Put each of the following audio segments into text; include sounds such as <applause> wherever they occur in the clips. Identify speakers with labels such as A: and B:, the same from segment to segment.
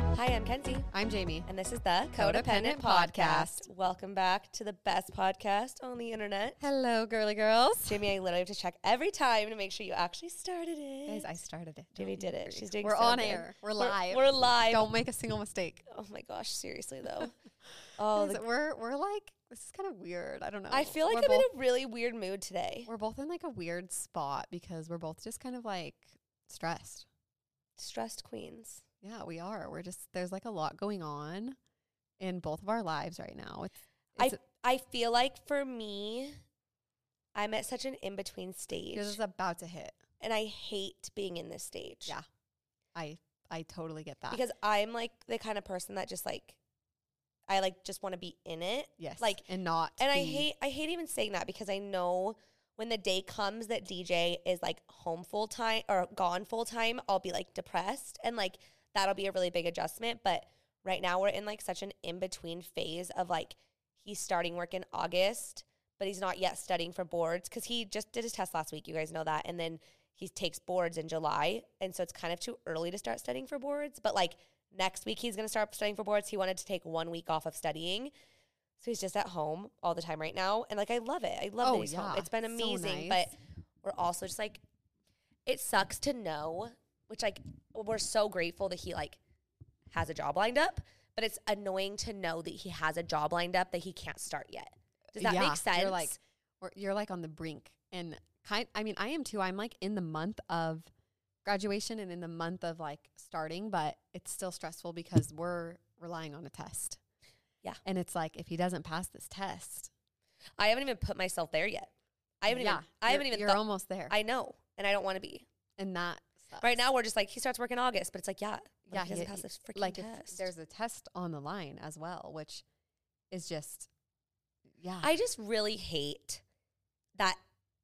A: Mackenzie.
B: I'm Jamie.
A: And this is the Codependent,
B: Codependent Podcast.
A: Podcast. Welcome back to the best podcast on the internet.
B: Hello, girly girls.
A: Jamie, I literally have to check every time to make sure you actually started it.
B: Guys, I started it.
A: Jamie did it. She's doing
B: We're
A: so
B: on
A: good.
B: air. We're
A: We're-
B: live.
A: We're live.
B: Don't make a single mistake.
A: Oh my gosh, seriously
B: <laughs>
A: though. <laughs> oh,
B: Guys,
A: the,
B: we're we're like this is kind of weird. I don't know.
A: I feel like
B: we're
A: I'm
B: both,
A: in a really weird mood today.
B: we're both in like a weird spot because we're both just kind of like stressed.
A: Stressed queens.
B: Yeah, we are. We're just there's like a lot going on in both of our lives right now. It's,
A: I
B: it's
A: I feel like for me, I'm at such an in between stage,
B: this is about to hit.
A: and I hate being in this stage.
B: Yeah. I I totally get that.
A: because I'm like the kind of person that just like I like just want to be in it.
B: yes,
A: like
B: and not
A: and I
B: be-
A: hate I hate even saying that because I know when the day comes that DJ is like home full time or gone full time, I'll be like depressed and like that'll be a really big adjustment. But right now we're in like such an in between phase of like he's starting work in August, but he's not yet studying for boards because he just did his test last week. You guys know that, and then he takes boards in July, and so it's kind of too early to start studying for boards. But like next week he's gonna start studying for boards. He wanted to take one week off of studying. So he's just at home all the time right now. And like I love it. I love
B: Oh,
A: that he's home.
B: yeah.
A: It's been
B: So
A: amazing.
B: nice.
A: But we're also just like it sucks to know, which like we're so grateful that he like has a job lined up, but it's annoying to know that he has a job lined up that he can't start yet. Does that
B: Yeah,
A: make sense?
B: You're like, or you're like on the brink, and kind. I mean, I am too. I'm like in the month of graduation and in the month of like starting, but it's still stressful because we're relying on a test.
A: Yeah.
B: and it's like if he doesn't pass this test,
A: I haven't even put myself there yet. I haven't
B: yeah,
A: even I haven't
B: you're-
A: even
B: You're
A: thought,
B: almost there,
A: I know. And I don't want to be.
B: and that sucks.
A: Right now we're just like he starts work in August, but it's like, yeah, yeah, he doesn't
B: he-
A: pass this freaking
B: like if
A: test.
B: there's a test on the line as well, which is just yeah.
A: I just really hate that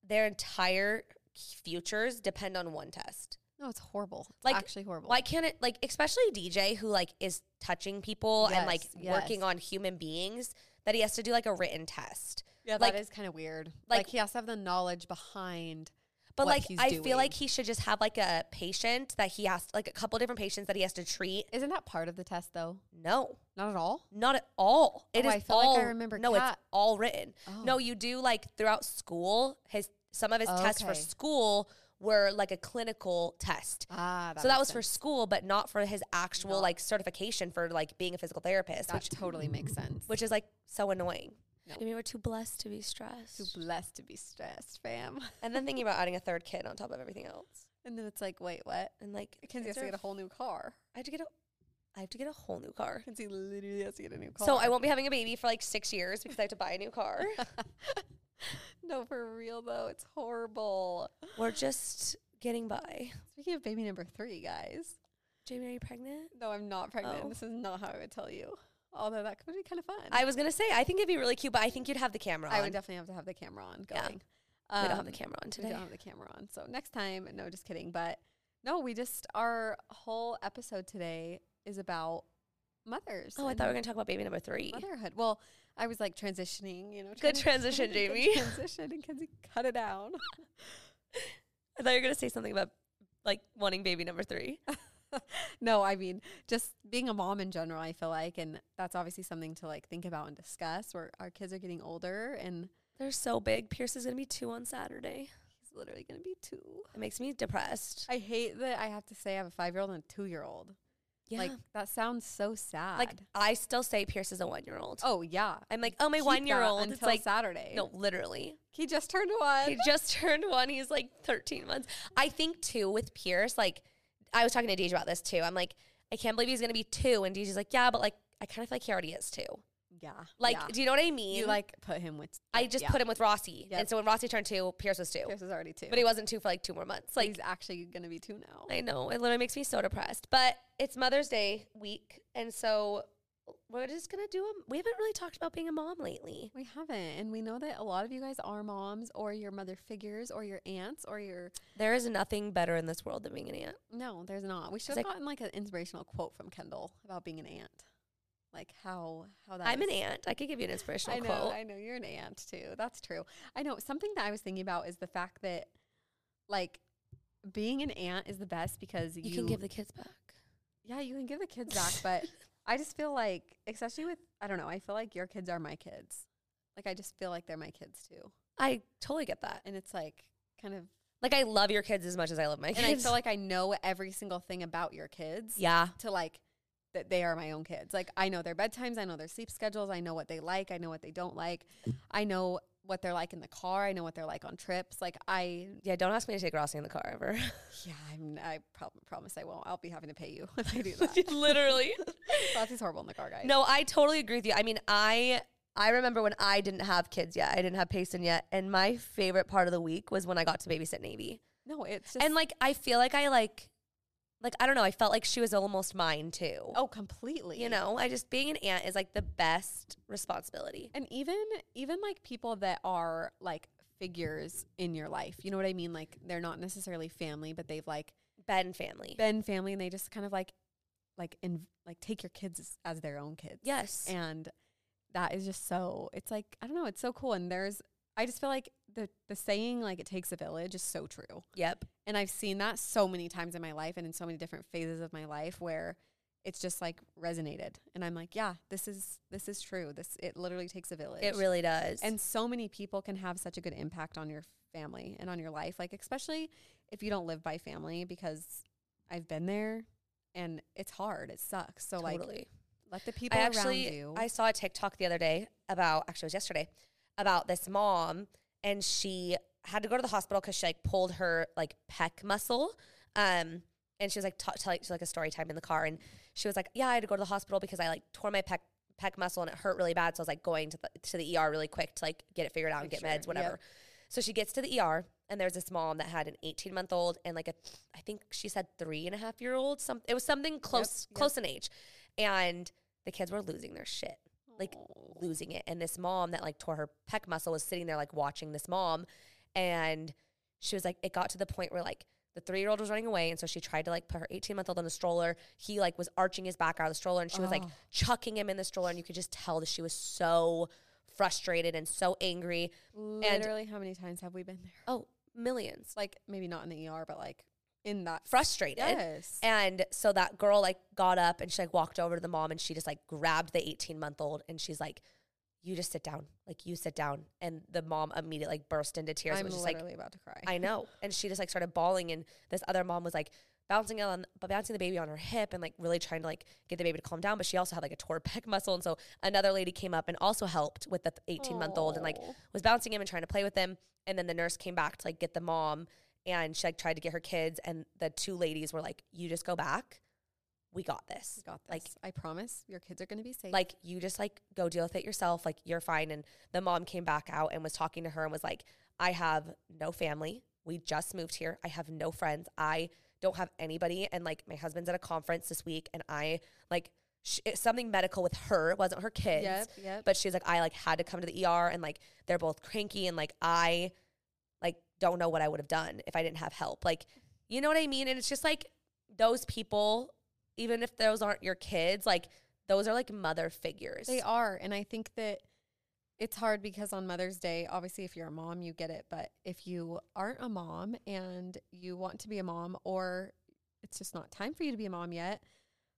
A: their entire futures depend on one test.
B: no, it's horrible. It's
A: Like,
B: actually horrible.
A: Why can't it like especially DJ who like is touching people and like
B: Yes, yes.
A: working on human beings that he has to do like a written test.
B: yeah,
A: like-
B: that is kind of weird. Like,
A: like-
B: he has to have the knowledge behind.
A: But
B: what
A: like
B: he's
A: I
B: doing.
A: feel like he should just have like a patient that he has like a couple different patients that he has to treat.
B: Isn't that part of the test though?
A: No.
B: Not at all.
A: Not at all. It
B: Oh,
A: is
B: I feel like I
A: all.
B: remember
A: No,
B: Kat- Oh.
A: it's all written. No, you do like throughout school. His some of his tests for
B: Okay.
A: school were like a clinical test.
B: Ah,
A: so that was for school, but not for his actual like certification for like being a physical therapist,
B: that
A: which
B: totally makes sense.
A: which is like so annoying. I mean, we're too blessed to be
B: Too
A: stressed.
B: blessed to be stressed, fam. <laughs>
A: and then thinking about adding a third kid on top of everything else,
B: And then it's like, wait, what?
A: and like
B: Kinsey has
A: is
B: to
A: there-
B: get a whole new car.
A: I have to get a, I have to get a whole new car.
B: Kinsey literally has to get a new car.
A: So I won't be having a baby for like six years because I have to buy a new car.
B: no, for real though, it's horrible.
A: <laughs> we're just getting by.
B: Speaking of baby number three, guys.
A: Jamie, are you pregnant?
B: No, I'm not pregnant.
A: Oh.
B: This is not how I would tell you. Although that could be kind of fun.
A: I was gonna say I think it'd be really cute, but I think you'd have the camera on.
B: I would definitely have to have the camera on
A: Yeah.
B: going.
A: we don't have
B: Um,
A: the camera on
B: We
A: today.
B: don't have the camera on. So next time, no, just kidding. But no, we just, our whole episode today is about mothers.
A: Oh, I
B: and
A: thought we were gonna talk about baby number three.
B: motherhood. Well, I was like transitioning, you know.
A: Good
B: <laughs> transi-
A: transition,
B: good
A: Jamie.
B: transition, and Kenzie cut it down. <laughs>
A: I thought you were gonna say something about like wanting baby number three.
B: no, I mean, just being a mom in general, I feel like. And that's obviously something to like think about and discuss where our kids are getting older and
A: They're so big. Pierce is gonna be two on Saturday.
B: he's literally going to be two.
A: It makes me depressed.
B: I hate that I have to say I have a five year old and a two year old.
A: Yeah.
B: Like,
A: Like,
B: that sounds so sad.
A: I still say Pierce is a one year old.
B: oh, yeah.
A: I'm like, oh my
B: keep
A: one year
B: that
A: old.
B: until
A: It's like
B: Saturday.
A: no, literally.
B: he just turned one.
A: He just <laughs> turned one. He's like 13 months. I think too with Pierce, like I was talking to Deej about this too. I'm like, I can't believe he's gonna be two. And Deej's like, yeah, but like I kind of feel like he already is two.
B: yeah,
A: Like,
B: yeah.
A: do you know what I mean?
B: you like put him with?
A: I just
B: yeah.
A: put him with Rossi.
B: Yep.
A: And so when Rossi turned two, Pierce was two.
B: Pierce is already two,
A: But he wasn't two for like two more months. Like
B: he's actually gonna be two now.
A: I know. It literally makes me so depressed. But it's Mother's Day week. And so we're just gonna do a we haven't really talked about being a mom lately.
B: We haven't, and we know that a lot of you guys are moms, or your mother figures, or your aunts, or your
A: There is nothing better in this world than being an aunt.
B: no. There's not. We should have
A: like-
B: gotten like an inspirational quote from Kendall about being an aunt, like how how that.
A: I'm an
B: is-
A: aunt. I could give you an inspirational
B: I know,
A: quote.
B: I know you're an aunt too. That's true. I know something that I was thinking about is the fact that like being an aunt is the best because you,
A: you, can give the kids back. <laughs>
B: yeah you can give the kids back, but I just feel like, especially with, I don't know, I feel like your kids are my kids. Like, I just feel like they're my kids too.
A: I totally get that.
B: And it's like kind of,
A: Like I love your kids as much as I love my
B: and I
A: kids.
B: feel like I know every single thing about your kids
A: <laughs> yeah,
B: to like, that they are my own kids. Like, I know their bedtimes, I know their sleep schedules, I know what they like, I know what they don't like, I know what they're like in the car, I know what they're like on trips. Like, I,
A: yeah. Don't ask me to take Rossi in the car ever.
B: yeah, I'm, I prob- promise I won't. I'll be having to pay you <laughs> if <laughs>
A: <laughs>
B: I do that. <laughs>
A: Literally.
B: Rossi's horrible in the car, guys.
A: No, I totally agree with you. I mean, I I remember when I didn't have kids yet. I didn't have Payson yet, and my favorite part of the week was when I got to babysit Navy.
B: No, it's just,
A: and like I feel like I like like I don't know, I felt like she was almost mine too.
B: oh, completely.
A: You know, I just being an aunt is like the best responsibility.
B: and even even like people that are like figures in your life you know what i mean like they're not necessarily family but they've like
A: Ben family.
B: been family and they just kind of like like in like take your kids as, as their own kids
A: yes.
B: and that is just so it's like i don't know it's so cool and there's i just feel like the the saying like it takes a village is so true
A: yep.
B: and i've seen that so many times in my life and in so many different phases of my life where it's just like resonated and i'm like yeah this is this is true this it literally takes a village
A: It really does.
B: and so many people can have such a good impact on your family and on your life, like especially if you don't live by family because I've been there and it's hard. It sucks. So like
A: totally.
B: let the people
A: I
B: around
A: actually
B: you.
A: I saw a TikTok the other day about actually it was yesterday about this mom and she had to go to the hospital because she like pulled her like pec muscle. Um, and she was like ta- telling like a story time in the car, and she was like, "Yeah, I had to go to the hospital because I like tore my pec pec muscle and it hurt really bad. So I was like going to the to the ER really quick to like get it figured out and
B: Like,
A: get
B: sure,
A: meds,
B: yep.
A: whatever." So she gets to the ER, and there's this mom that had an 18 month old and like a, I think she said three and a half year old. Some it was something close
B: yep.
A: close in age, and the kids were losing their shit like
B: Oh.
A: losing it. And this mom that like tore her pec muscle was sitting there like watching this mom. And she was like, it got to the point where like the three year old was running away. And so she tried to like put her 18 month old in the stroller. He like was arching his back out of the stroller and she was like
B: Oh.
A: chucking him in the stroller. And you could just tell that she was so frustrated and so angry.
B: literally how many times have we been there?
A: Oh, millions.
B: It's like maybe not in the ER, but like in that
A: Frustrated.
B: yes.
A: And so that girl like got up and she like walked over to the mom and she just like grabbed the 18 month old and she's like, you just sit down. Like you sit down. And the mom immediately like burst into tears.
B: I'm
A: and was just like,
B: literally about to cry. <laughs>
A: I know. And she just like started bawling and this other mom was like bouncing on but bouncing the baby on her hip and like really trying to like get the baby to calm down. But she also had like a torn <laughs> pec muscle. And so another lady came up and also helped with the eighteen month old and like
B: Aw.
A: was bouncing him and trying to play with him. And then the nurse came back to like get the mom and she like tried to get her kids and the two ladies were like, You just go back. We got this
B: got this.
A: like-
B: I promise your kids are gonna be safe.
A: like you just like go deal with it yourself like you're fine and the mom came back out and was talking to her and was like i have no family we just moved here i have no friends i don't have anybody and like my husband's at a conference this week and i like sh- it's something medical with her it wasn't her kids
B: yep, yep.
A: but she's like i like had to come to the er and like they're both cranky and like i like don't know what i would have done if i didn't have help like you know what i mean and it's just like those people even if those aren't your kids like those are like mother figures
B: They are. And I think that it's hard because on Mother's Day, obviously, if you're a mom, you get it. But if you aren't a mom and you want to be a mom, or it's just not time for you to be a mom yet,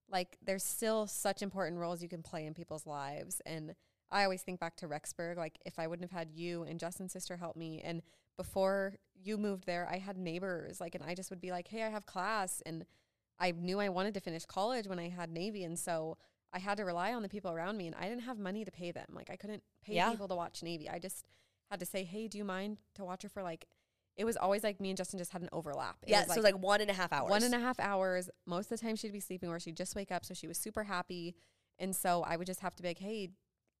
B: like there's still such important roles you can play in people's lives. And I always think back to Rexburg. Like, if I wouldn't have had you and Justin's sister help me, and before you moved there, I had neighbors, like, and I just would be like, hey, I have class. And I knew I wanted to finish college when I had Navy. And so, I had to rely on the people around me and I didn't have money to pay them. Like I couldn't pay
A: Yeah.
B: people to watch Navy. I just had to say, "Hey, do you mind to watch her for like?" It was always like me and Justin just had an overlap. It
A: yeah
B: was
A: so it's like one and a half hours
B: one and a half hours. Most of the time she'd be sleeping or she'd just wake up, so she was super happy. And so I would just have to be like, "Hey,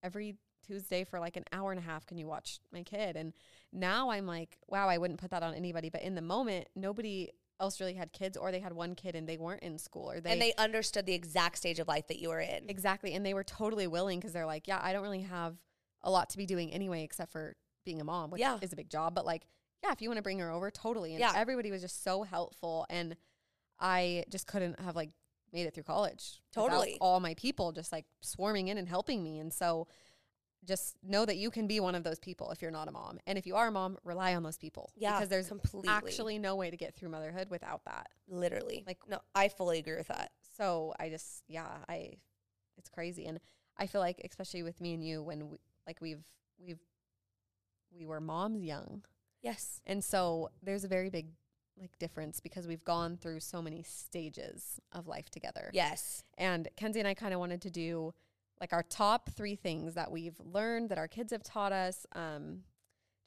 B: every Tuesday for like an hour and a half, can you watch my kid?" And now I'm like, "Wow, I wouldn't put that on anybody." But in the moment, nobody else really had kids, or they had one kid and they weren't in school, or they
A: and they understood the exact stage of life that you were in
B: Exactly. And they were totally willing because they're like, yeah, I don't really have a lot to be doing anyway, except for being a mom, which
A: Yeah.
B: is a big job. But like, yeah, if you want to bring her over, totally. And
A: Yeah.
B: everybody was just so helpful. And I just couldn't have like made it through college. without
A: Totally.
B: All my people just like swarming in and helping me. And so just know that you can be one of those people if you're not a mom. And if you are a mom, rely on those people.
A: yeah
B: Because there's
A: completely
B: actually no way to get through motherhood without that.
A: literally
B: like-
A: no i fully agree with that
B: So I just, yeah, I it's crazy. And I feel like, especially with me and you, when we, like we've we've we were moms young,
A: Yes.
B: and so there's a very big like difference because we've gone through so many stages of life together.
A: Yes.
B: And Kenzie and I kind of wanted to do like our top three things that we've learned that our kids have taught us, um,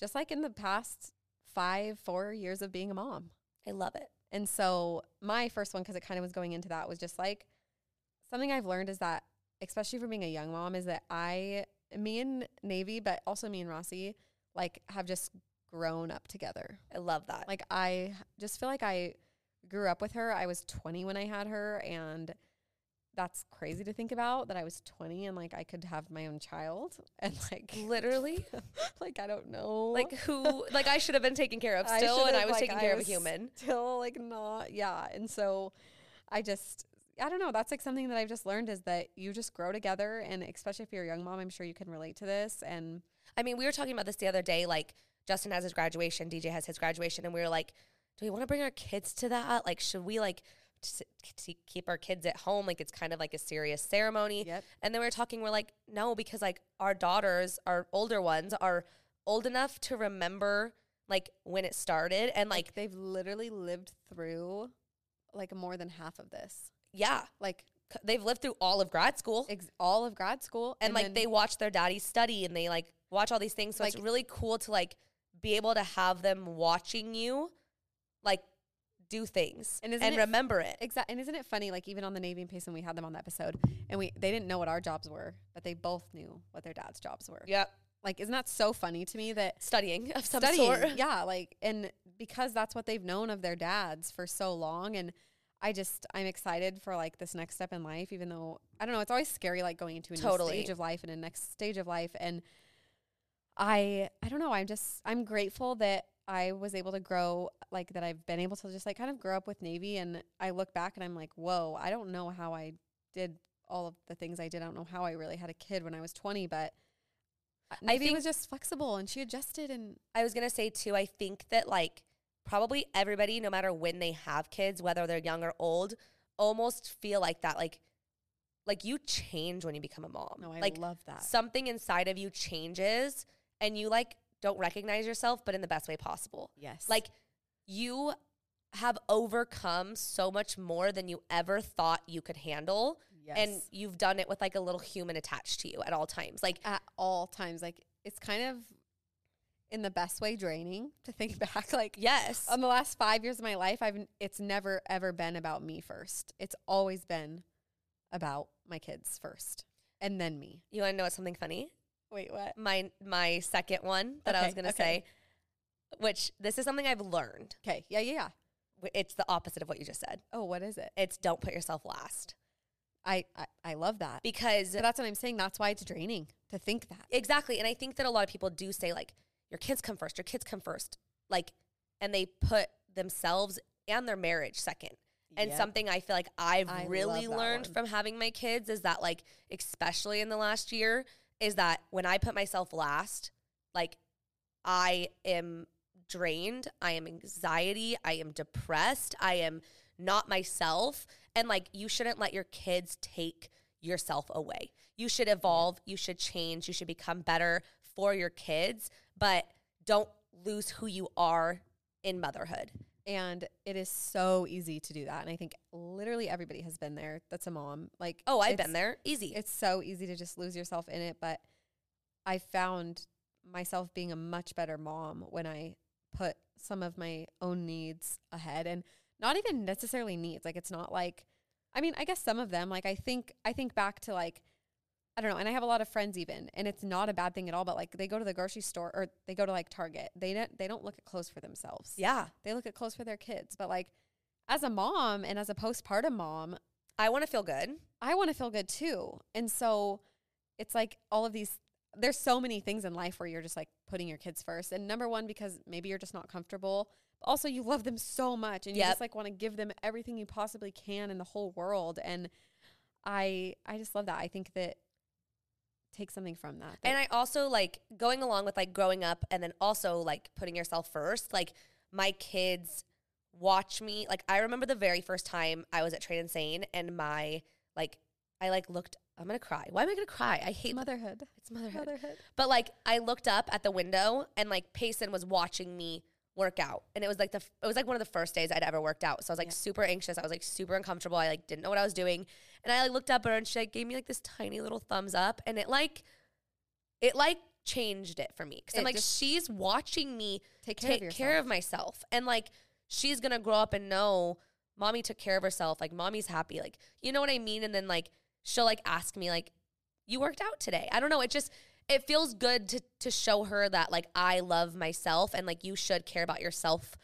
B: just like in the past five, four years of being a mom.
A: I love it.
B: And so my first one, because it kind of was going into that, was just like something I've learned is that, especially from being a young mom, is that I, me and Navy, but also me and Rossi, like have just grown up together.
A: I love that.
B: Like I just feel like I grew up with her. I was 20 when I had her and that's crazy to think about that I was 20 and like I could have my own child <laughs> and like
A: Literally.
B: <laughs> like I don't know.
A: like who
B: <laughs>
A: like I should have been taken care of
B: I
A: still
B: should
A: and
B: have,
A: I was
B: like,
A: taking
B: I
A: care
B: was-
A: of a
B: <laughs>
A: human.
B: still like not yeah. And so I just I don't know, that's like something that I've just learned is that you just grow together and especially if you're a young mom, I'm sure you can relate to this and
A: I mean, we were talking about this the other day like Justin has his graduation, DJ has his graduation and we were like, do we want to bring our kids to that? Like should we like s- k- keep our kids at home like it's kind of like a serious ceremony?
B: yep.
A: And then we were talking, we're like, no, because like our daughters, our older ones, are old enough to remember like when it started. And like,
B: Like they've literally lived through like more than half of this.
A: yeah,
B: Like
A: c- they've lived through all of grad school
B: ex- all of grad school
A: and, like
B: then-
A: they watch their daddy study and they like watch all these things. So it's
B: Like-
A: really cool to like be able to have them watching you like do things
B: And
A: and,
B: isn't it-
A: remember it.
B: Exa- and isn't it funny like even on the navy and payson we had them on the episode and we they didn't know what our jobs were but they both knew what their dad's jobs were
A: Yeah.
B: like isn't that so funny to me that
A: Studying of some
B: studying
A: sort. <laughs>
B: yeah like and because that's what they've known of their dads for so long and i just i'm excited for like this next step in life even though i don't know it's always scary like going into a
A: Totally.
B: new stage of life and a next stage of life and i i don't know i'm just i'm grateful that i was able to grow like that i've been able to just like kind of grow up with navy and i look back and i'm like whoa i don't know how i did all of the things i did i don't know how i really had a kid when i was 20 but uh, Navy
A: think-
B: was just flexible and she adjusted and
A: I was gonna say too, I think that like probably everybody, no matter when they have kids, whether they're young or old, almost feel like that. Like like you change when you become a mom.
B: No, I
A: like
B: love that.
A: something inside of you changes and you like don't recognize yourself, but in the best way possible.
B: yes.
A: Like you have overcome so much more than you ever thought you could handle.
B: yes.
A: And you've done it with like a little human attached to you at all times. Like
B: at all times. Like it's kind of in the best way draining to think <laughs> back. Like
A: yes.
B: on the last five years of my life, I've n- it's never ever been about me first. It's always been about my kids first. And then me.
A: you wanna know what's something funny?
B: Wait, what?
A: my my second one that I was
B: Okay,
A: going to
B: okay.
A: say, which this is something I've learned.
B: Okay. Yeah, yeah, yeah.
A: W- It's the opposite of what you just said.
B: Oh, what is it?
A: It's don't put yourself last
B: I I, I love that.
A: because
B: So that's what I'm saying. That's why it's draining to think that.
A: exactly, and I think that a lot of people do say like your kids come first, your kids come first, like, and they put themselves and their marriage second. And
B: Yep.
A: something I feel like I've
B: I
A: really
B: love that
A: learned
B: one.
A: from having my kids is that like especially in the last year is that when I put myself last, like I am drained, I am anxiety, I am depressed, I am not myself and like you shouldn't let your kids take yourself away. You should evolve, you should change, you should become better for your kids, but don't lose who you are in motherhood.
B: And it is so easy to do that. And I think literally everybody has been there. That's a mom. Like
A: Oh, I've
B: it's-
A: been there. Easy.
B: it's so easy to just lose yourself in it but i found myself being a much better mom when i put some of my own needs ahead and not even necessarily needs like it's not like i mean i guess some of them like i think i think back to like i don't know and i have a lot of friends even and it's not a bad thing at all but like they go to the grocery store or they go to like target they don't they don't look at clothes for themselves
A: Yeah.
B: they look at clothes for their kids but like as a mom and as a postpartum mom
A: I want to feel good.
B: I want to feel good too. And so it's like all of these there's so many things in life where you're just like putting your kids first. And number one, because maybe you're just not comfortable. But also you love them so much and you
A: Yep.
B: just like want to give them everything you possibly can in the whole world. And I I just love that. I think that take something from that. that
A: And I also like going along with like growing up and then also like putting yourself first. Like my kids watch me. Like I remember the very first time I was at Train Insane and my like I like looked I'm gonna cry. Why am I gonna cry? I hate
B: Motherhood.
A: it's motherhood.
B: Motherhood.
A: But like I looked up at the window and like Payson was watching me work out. And it was like the f- it was like one of the first days I'd ever worked out. So I was like
B: Yeah.
A: super anxious. I was like super uncomfortable. I like didn't know what I was doing. And I like looked up at her and she like gave me like this tiny little thumbs up and it like it like changed it for me cuz I'm
B: It
A: like
B: just-
A: she's watching me
B: Take care
A: take
B: of yourself.
A: care of myself. And like she's gonna grow up and know mommy took care of herself. Like mommy's happy. Like you know what I mean? And then like she'll like ask me like, You worked out today. I don't know. It just it feels good to to show her that like I love myself and like you should care about yourself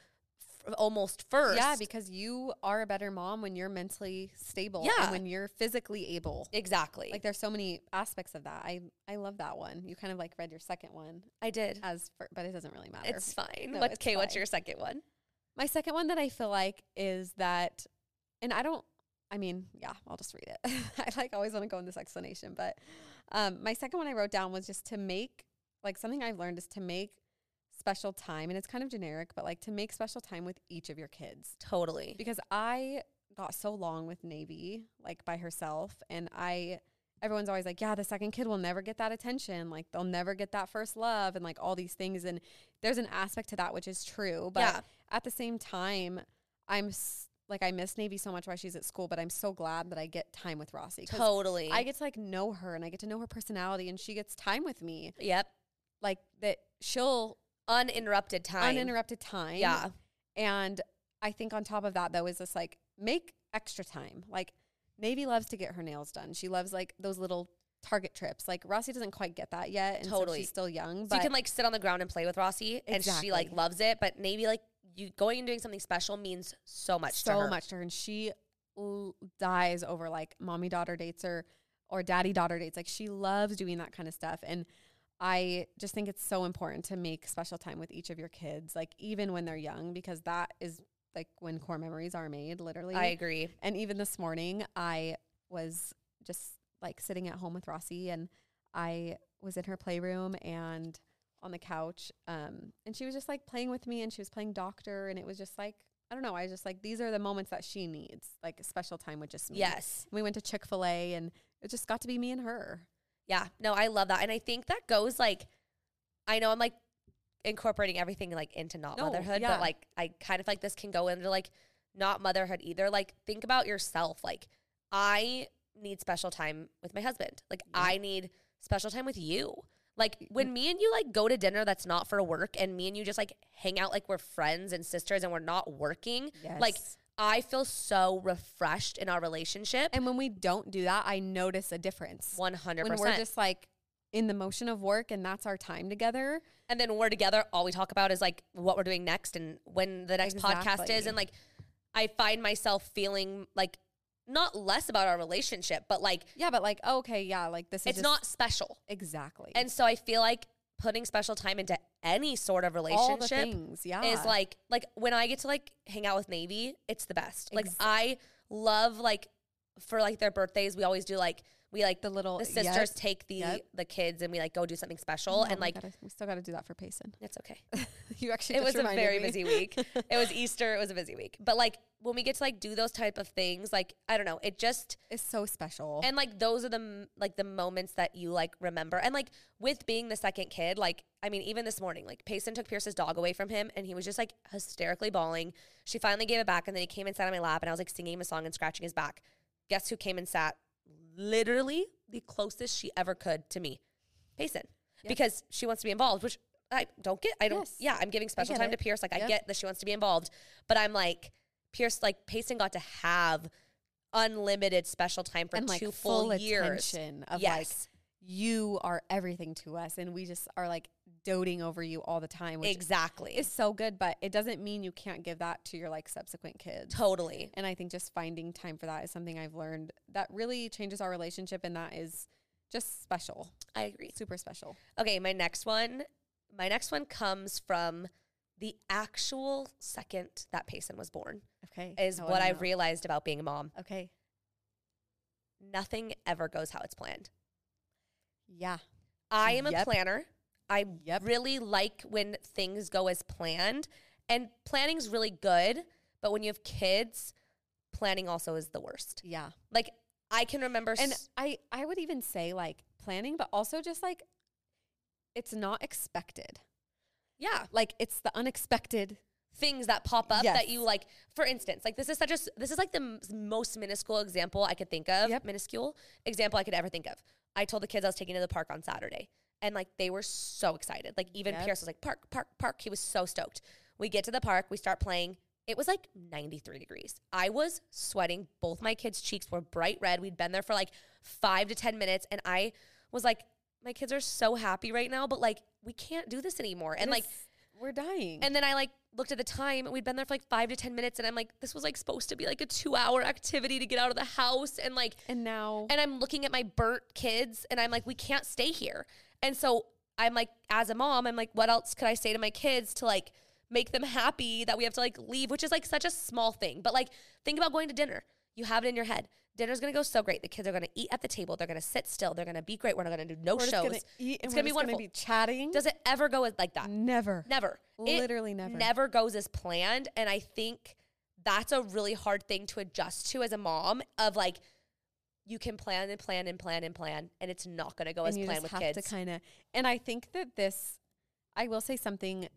A: f- almost first.
B: Yeah, because you are a better mom when you're mentally stable
A: Yeah.
B: and when you're physically able.
A: exactly.
B: Like there's so many aspects of that. I I love that one. You kind of like read your second one
A: I did.
B: as for, but it doesn't really matter.
A: Uh, It's fine.
B: No,
A: What-
B: it's
A: okay, what's
B: fine.
A: your second one?
B: My second one that I feel like is that, and I don't, I mean, yeah, I'll just read it. <laughs> I like always want to go in this explanation, but um, my second one I wrote down was just to make, like something I've learned is to make special time, and it's kind of generic, but like to make special time with each of your kids.
A: Totally.
B: Because I got so long with Navy, like by herself, and I, everyone's always like, yeah, the second kid will never get that attention. Like they'll never get that first love, and like all these things. And there's an aspect to that which is true, but
A: yeah.
B: at the same time, I'm s- like I miss Navy so much while she's at school, but I'm so glad that I get time with Rossi. 'cause
A: Totally.
B: I get to like know her and I get to know her personality and she gets time with me.
A: yep.
B: Like that she'll
A: Uninterrupted time.
B: uninterrupted time.
A: Yeah.
B: And I think on top of that though is this like make extra time. Like Navy loves to get her nails done. She loves like those little Target trips. Like Rossi doesn't quite get that yet. And so
A: Totally.
B: she's still young.
A: So
B: But
A: you can like sit on the ground and play with Rossi, and she like
B: Exactly.
A: loves it. But maybe like you going and doing something special means so much.
B: so
A: to her.
B: much to her and she l- dies over like mommy daughter dates or or daddy daughter dates like she loves doing that kind of stuff and i just think it's so important to make special time with each of your kids like even when they're young because that is like when core memories are made literally
A: I agree.
B: and even this morning, I was just like sitting at home with Rossi and I was in her playroom and on the couch. Um, and she was just like playing with me and she was playing doctor. And it was just like, I don't know. I was just like, these are the moments that she needs, like a special time with just me.
A: Yes.
B: We went to Chick fil A and it just got to be me and her.
A: Yeah. No, I love that, and I think that goes like, I know I'm like incorporating everything like into not
B: No,
A: motherhood,
B: yeah.
A: but like I kind of like this can go into like not motherhood either. Like think about yourself. Like I need special time with my husband. Like
B: Yeah. Mm.
A: I need special time with you. Like when me and you like go to dinner that's not for work and me and you just like hang out like we're friends and sisters and we're not working. Like
B: Yes.
A: I feel so refreshed in our relationship.
B: and when we don't do that, I notice a difference.
A: 100%.
B: When we're just like in the motion of work and that's our time together.
A: and then we're together all we talk about is like what we're doing next and when the next podcast is
B: Exactly.
A: and like i find myself feeling like not less about our relationship but like
B: Yeah, but like, okay, yeah, like this is
A: it's
B: just-
A: not special
B: Exactly.
A: and so i feel like putting special time into any sort of
B: all the
A: relationship
B: things, yeah,
A: is like like when i get to like hang out with navy it's the best like
B: Ex-
A: i love like for like their birthdays we always do like we like
B: the
A: the,
B: little
A: the
B: yep.
A: sisters take the
B: yep.
A: the kids and we like go do something
B: Oh,
A: special and
B: we
A: like
B: gotta- we still got to do that for Payson. <laughs>
A: it's okay
B: you actually
A: it was
B: just
A: a
B: reminded
A: very
B: me.
A: busy week. it was Easter. It was a busy week. But like when we get to like do those type of things, like I don't know, it just
B: <laughs> It's so special.
A: and like those are the m- like the moments that you like remember. And like with being the second kid, like I mean, even this morning, like Payson took Pierce's dog away from him, and he was just like hysterically bawling. She finally gave it back, and then he came and sat on my lap, and I was like singing him a song and scratching his back. Guess who came and sat? Literally the closest she ever could to me, Payson,
B: Yep.
A: because she wants to be involved, which. I don't get. I don't.
B: Yes.
A: Yeah, I'm giving special
B: get
A: time
B: it.
A: to Pierce. Like I
B: Yep.
A: get that she wants to be involved, but I'm like Pierce. Like Payson got to have unlimited special time for
B: And, like
A: two full, years.
B: attention of like
A: yes,
B: you are everything to us, and we just are like doting over you all the time, which
A: exactly.
B: is so good. But it doesn't mean you can't give that to your like subsequent kids.
A: totally.
B: And I think just finding time for that is something I've learned that really changes our relationship, and that is just special,
A: I agree.
B: super special.
A: Okay, my next one. My next one comes from the actual second that Payson was born.
B: Okay,
A: Is
B: I
A: what
B: wanna
A: I
B: know.
A: realized about being a mom.
B: Okay,
A: Nothing ever goes how it's planned.
B: yeah.
A: I am a
B: Yep.
A: planner. I
B: Yep.
A: really like when things go as planned, and planning's really good. But when you have kids, planning also is the worst.
B: Yeah.
A: Like I can remember.
B: And
A: s-
B: I, I would even say like planning, but also just like it's not expected.
A: yeah,
B: Like it's the unexpected.
A: things that pop up
B: Yes.
A: that you like. For instance, like this is such a s- this is like the m- most minuscule example I could think of,
B: Yep.
A: minuscule example I could ever think of. I told the kids I was taking to the park on Saturday, and like they were so excited. Like even
B: Yep.
A: Pierce was like park, park, park. He was so stoked. We get to the park, we start playing. It was like 93 degrees. I was sweating. Both my kids' cheeks were bright red. We'd been there for like five to 10 minutes. And I was like, my kids are so happy right now, but like, we can't do this anymore. And
B: It
A: like,
B: is- we're dying.
A: and then I like looked at the time and we'd been there for like five to 10 minutes. And I'm like, this was like supposed to be like a two hour activity to get out of the house. And like,
B: and now
A: and I'm looking at my burnt kids and I'm like, we can't stay here. And so I'm like, as a mom, I'm like, what else could I say to my kids to like make them happy that we have to like leave, which is like such a small thing. But like, think about going to dinner. You have it in your head. Dinner's gonna go so great. The kids are gonna eat at the table. They're gonna sit still. They're gonna be great. We're not gonna do no
B: we're
A: shows.
B: just gonna eat and
A: It's
B: we're
A: gonna be
B: just
A: wonderful.
B: gonna be chatting.
A: Does it ever go as- like that?
B: never.
A: Never. It
B: Literally never.
A: Never goes as planned. And I think that's a really hard thing to adjust to as a mom of like, you can plan and plan and plan and plan, and it's not going to go as
B: and you
A: planned
B: just
A: with
B: have
A: kids.
B: to kind of. And I think that this, I will say something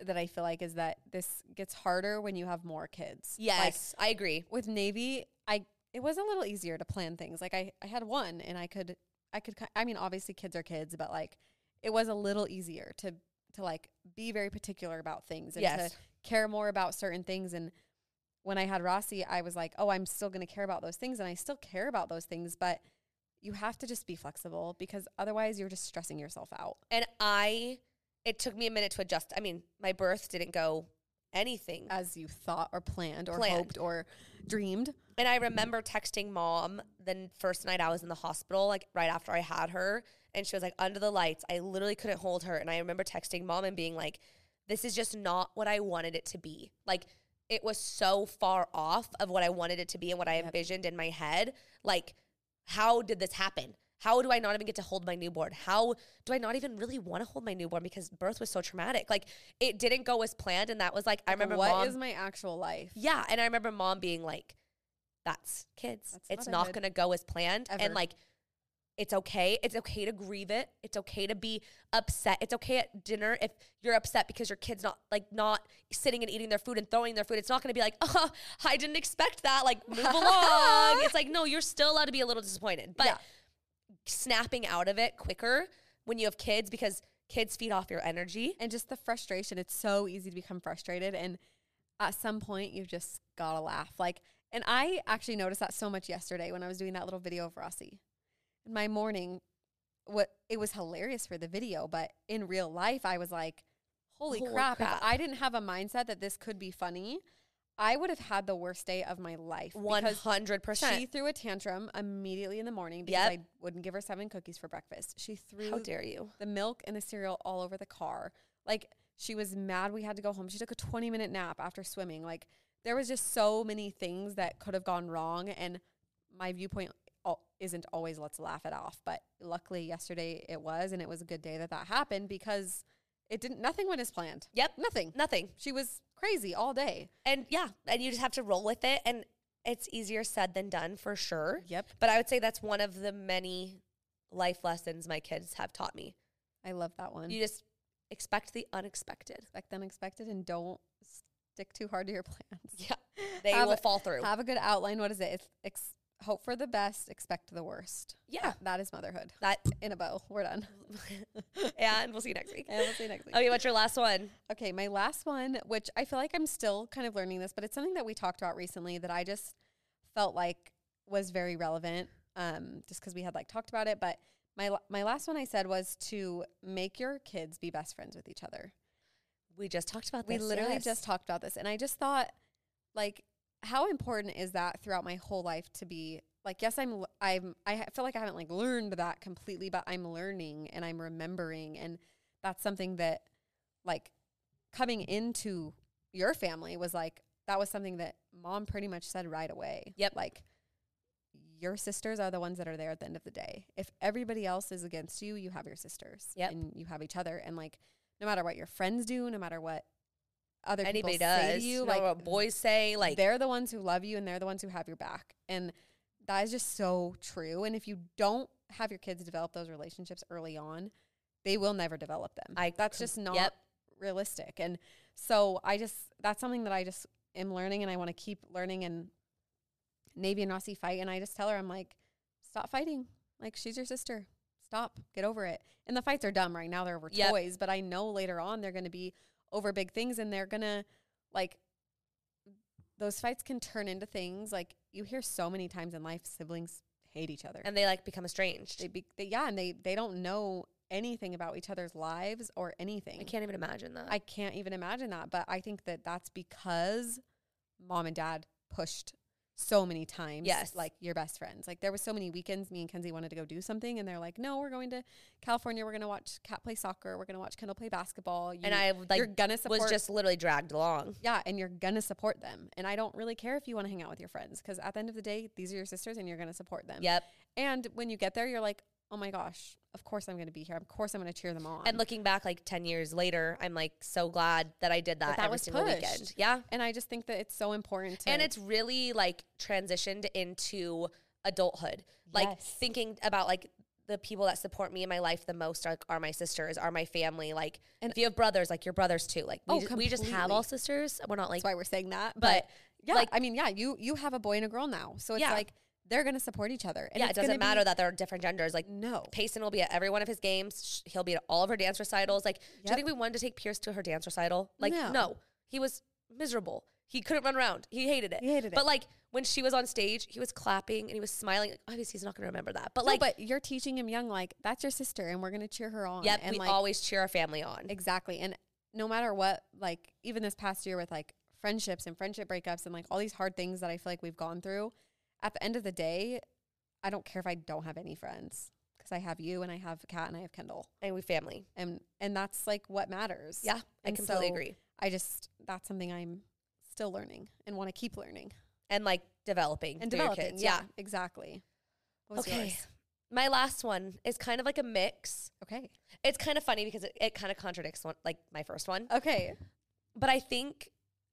B: that I feel like is that this gets harder when you have more kids. Like,
A: yes, I agree.
B: with Navy, I it was a little easier to plan things. Like I, I had one and I could I could ki- I mean obviously kids are kids, but like it was a little easier to to like be very particular about things and
A: Yes.
B: to care more about certain things and when I had Rossi, I was like, "Oh, I'm still going to care about those things and I still care about those things, but you have to just be flexible because otherwise you're just stressing yourself out."
A: And I, it took me a minute to adjust. I mean, my birth didn't go anything.
B: As you thought or planned or
A: Planned.
B: hoped or dreamed.
A: And I remember texting mom the n- first night I was in the hospital, like right after I had her, and she was like under the lights. I literally couldn't hold her. And I remember texting mom and being like, this is just not what I wanted it to be. Like, it was so far off of what I wanted it to be and what I
B: Yep.
A: envisioned in my head. Like, how did this happen? How do I not even get to hold my newborn? How do I not even really want to hold my newborn because birth was so traumatic? Like, it didn't go as planned. And that was like, I remember
B: what is
A: mom.
B: my actual life?
A: Yeah, and I remember mom being like, "That's kids.
B: That's
A: it's not
B: motherhood.
A: going to go as planned."
B: Ever.
A: And like, it's okay. It's okay to grieve it. It's okay to be upset. It's okay at dinner if you're upset because your kids not like not sitting and eating their food and throwing their food. It's not going to be like, <laughs> "Oh, I didn't expect that." Like, move
B: <laughs>
A: along. It's like, no, you're still allowed to be a little disappointed, but
B: Yeah.
A: snapping out of it quicker when you have kids because kids feed off your energy.
B: and just the frustration. It's so easy to become frustrated, and at some point, you just gotta laugh. Like, and I actually noticed that so much yesterday when I was doing that little video of Rossi. In my morning, what it was hilarious for the video, but in real life, I was like, "Holy,
A: Holy
B: crap,
A: crap.
B: If I didn't have a mindset that this could be funny, I would have had the worst day of my life.
A: One
B: because
A: hundred
B: she
A: percent.
B: threw a tantrum immediately in the morning because
A: Yep.
B: I wouldn't give her seven cookies for breakfast. She threw
A: How dare you?
B: the milk and the cereal all over the car. Like she was mad we had to go home. She took a 20 minute nap after swimming. Like there was just so many things that could have gone wrong and my viewpoint al- isn't always let's laugh it off, but luckily yesterday it was and it was a good day that that happened because it didn't nothing went as planned.
A: Yep.
B: Nothing.
A: Nothing.
B: She was crazy all day.
A: and yeah, and you just have to roll with it. And it's easier said than done for sure.
B: Yep.
A: But I would say that's one of the many life lessons my kids have taught me.
B: I love that one.
A: You just expect the unexpected.
B: expect the unexpected and don't stick too hard to your <laughs> plans.
A: Yeah. They
B: Have
A: will
B: a-
A: fall through.
B: Have a good outline. What is it? It's ex- hope for the best, expect the worst.
A: yeah.
B: That is motherhood.
A: That
B: In a bow. We're done.
A: and we'll see you next week.
B: and we'll see you next week.
A: Okay, what's your last one?
B: Okay, my last one, which I feel like I'm still kind of learning this, but it's something that we talked about recently that I just felt like was very relevant, um, just because we had like talked about it. But my la- my last one I said was to make your kids be best friends with each other.
A: We just talked about
B: We
A: this.
B: literally
A: yes.
B: just talked about this, and I just thought, like, how important is that throughout my whole life to be like, yes, I'm, l- I'm, I ha- feel like I haven't like learned that completely, but I'm learning and I'm remembering, and that's something that, like, coming into your family was like that was something that mom pretty much said right away.
A: Yep.
B: like. Your sisters are the ones that are there at the end of the day. If everybody else is against you, you have your sisters.
A: Yep.
B: And you have each other. And like no matter what your friends do, no matter what other
A: anybody
B: people
A: does.
B: say to you,
A: you know
B: like
A: what boys say, like
B: they're the ones who love you and they're the ones who have your back. And that is just so true. And if you don't have your kids develop those relationships early on, they will never develop them.
A: I
B: that's
A: com-
B: just not
A: yep.
B: realistic. And so I just that's something that I just am learning and I want to keep learning and Navy and Rossi fight and I just tell her I'm like, stop fighting. Like she's your sister. Stop. Get over it. And the fights are dumb right now. They're over
A: Yep.
B: toys, but I know later on they're gonna be over big things and they're gonna like those fights can turn into things like you hear so many times in life siblings hate each other
A: and they like become estranged.
B: they, be, they yeah and they they don't know anything about each other's lives or anything
A: I can't even imagine that.
B: I can't even imagine that. But I think that that's because mom and dad pushed so many times.
A: Yes.
B: Like your best friends. Like there was so many weekends me and Kenzie wanted to go do something and they're like, no, we're going to California. We're going to watch Cat play soccer. We're going to watch Kendall play basketball. You,
A: and I
B: you're
A: like
B: going to support.
A: was just literally dragged along.
B: yeah. And you're going to support them. And I don't really care if you want to hang out with your friends because at the end of the day, these are your sisters and you're going to support them.
A: Yep.
B: And when you get there, you're like, oh my gosh, of course I'm going to be here. Of course I'm going to cheer them on.
A: And looking back, like ten years later, I'm like so glad that I did that,
B: that
A: every
B: was
A: single
B: pushed.
A: weekend. Yeah.
B: and I just think that it's so important to.
A: and it's really like transitioned into adulthood like
B: Yes.
A: thinking about like the people that support me in my life the most are, are my sisters are my family like
B: And-
A: if you have brothers like your brothers too like we,
B: Oh,
A: just, we just have
B: completely.
A: all sisters we're not like
B: that's why we're saying that. But,
A: But,
B: yeah,
A: like-
B: I mean, yeah, you you have a boy and a girl now, so it's
A: Yeah.
B: like they're gonna support each other. And
A: yeah it
B: it's
A: doesn't
B: gonna
A: matter
B: be-
A: that they're different genders like
B: no,
A: Payson will be at every one of his games. Sh- He'll be at all of her dance recitals. Like, do
B: Yep.
A: you think we wanted to take Pierce to her dance recital? Like,
B: No.
A: no. He was miserable. He couldn't run around. He hated it.
B: He hated it.
A: But like when she was on stage, he was clapping and he was smiling. Like, obviously, he's not going to remember that. But
B: No,
A: like,
B: but you're teaching him young, like that's your sister, and we're gonna cheer her on.
A: Yep,
B: and
A: we
B: like
A: always cheer our family on.
B: exactly. And no matter what, like even this past year with like friendships and friendship breakups and like all these hard things that I feel like we've gone through, at the end of the day, I don't care if I don't have any friends because I have you and I have Kat and I have Kendall,
A: and we family.
B: and and that's like what matters.
A: Yeah, I
B: And
A: completely
B: so-
A: agree.
B: I just that's something I'm still learning and want to keep learning
A: And like developing
B: and
A: through
B: developing.
A: your kids. Yeah.
B: exactly. What was
A: Okay.
B: yours?
A: My last one is kind of like a mix.
B: Okay.
A: It's kind of funny because it, it kind of contradicts one, like my first one.
B: Okay.
A: But I think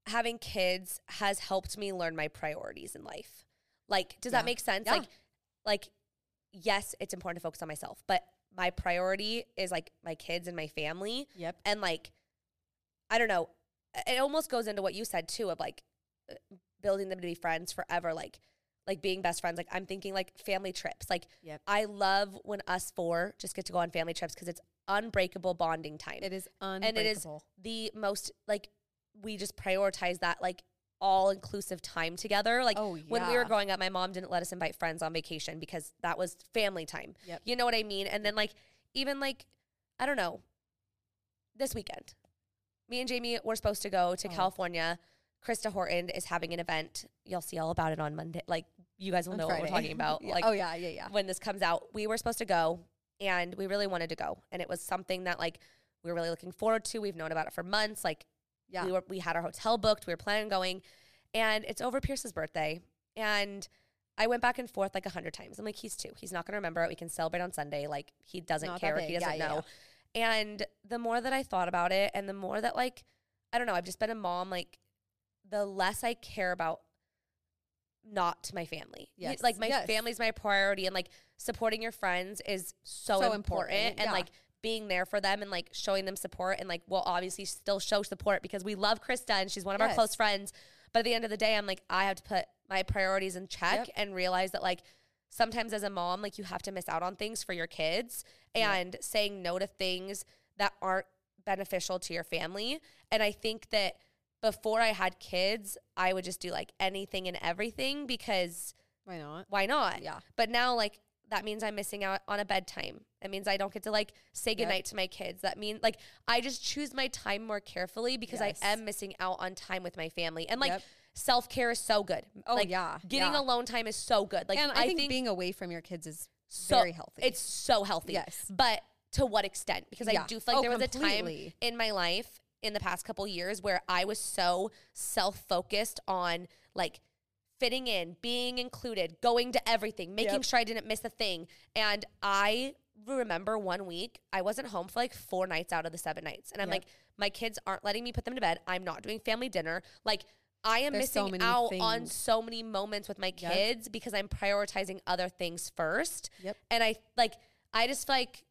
A: having kids has helped me learn my priorities in life. Like, does
B: Yeah.
A: that make sense?
B: Yeah.
A: Like, like, yes, it's important to focus on myself, but my priority is like my kids and my family.
B: Yep.
A: and like i don't know it almost goes into what you said too of like uh, building them to be friends forever like like being best friends like i'm thinking like family trips like
B: Yep.
A: i love when us four just get to go on family trips because it's unbreakable bonding time
B: It is unbreakable.
A: and it is the most like we just prioritize that like all inclusive time together like
B: oh,
A: when we
B: yeah.
A: were growing up, my mom didn't let us invite friends on vacation because that was family time.
B: Yep.
A: You know what I mean? And then like even like I don't know, this weekend, me and Jamie were supposed to go to
B: Oh.
A: California. Krista Horton is having an event. You'll see all about it on Monday. Like you guys will
B: On
A: know what
B: Friday.
A: we're talking about.
B: <laughs> Yeah.
A: Like
B: oh yeah, yeah, yeah.
A: when this comes out, we were supposed to go and we really wanted to go. And it was something that like we were really looking forward to. We've known about it for months. Like
B: Yeah.
A: we were we had our hotel booked. We were planning on going, and it's over Pierce's birthday. And I went back and forth like a hundred times. I'm like, he's two. He's not gonna remember it. We can celebrate on Sunday. Like he doesn't
B: Not that
A: care. He
B: big. Yeah,
A: doesn't
B: yeah,
A: know. And the more that I thought about it, and the more that like I don't know, I've just been a mom. Like the less I care about not my family. You-
B: Yes,
A: Like my
B: yes.
A: family's my priority, and like supporting your friends is so,
B: So
A: important.
B: important,
A: And
B: yeah.
A: like being there for them and like showing them support and like we'll obviously still show support because we love Krista and she's one of
B: Yes.
A: our close friends. But at the end of the day, I'm like, I have to put my priorities in check
B: Yep.
A: and realize that like sometimes as a mom, like you have to miss out on things for your kids
B: Yep.
A: and saying no to things that aren't beneficial to your family. And I think that before I had kids, I would just do like anything and everything because
B: Why not?
A: why not?
B: Yeah.
A: But now, like, that means I'm missing out on a bedtime. That means I don't get to like say
B: Yep.
A: goodnight to my kids. That means like I just choose my time more carefully because
B: Yes.
A: I am missing out on time with my family. And like
B: Yep.
A: self care is so good.
B: Oh
A: like,
B: yeah.
A: Getting
B: yeah.
A: alone time is so good. Like
B: and I, think, being away from your kids is
A: so,
B: very healthy.
A: It's so healthy.
B: Yes.
A: But to what extent? Because
B: Yeah.
A: I do feel like
B: Oh,
A: there was
B: completely.
A: a time in my life in the past couple years where I was so self focused on like fitting in, being included, going to everything, making
B: Yep.
A: sure I didn't miss a thing. And I remember one week I wasn't home for like four nights out of the seven nights. And I'm
B: Yep.
A: like, my kids aren't letting me put them to bed. I'm not doing family dinner. Like, I am
B: There's so
A: missing
B: many
A: out on
B: things.
A: so many moments with my
B: Yep.
A: kids because I'm prioritizing other things first.
B: Yep.
A: And I like I just feel like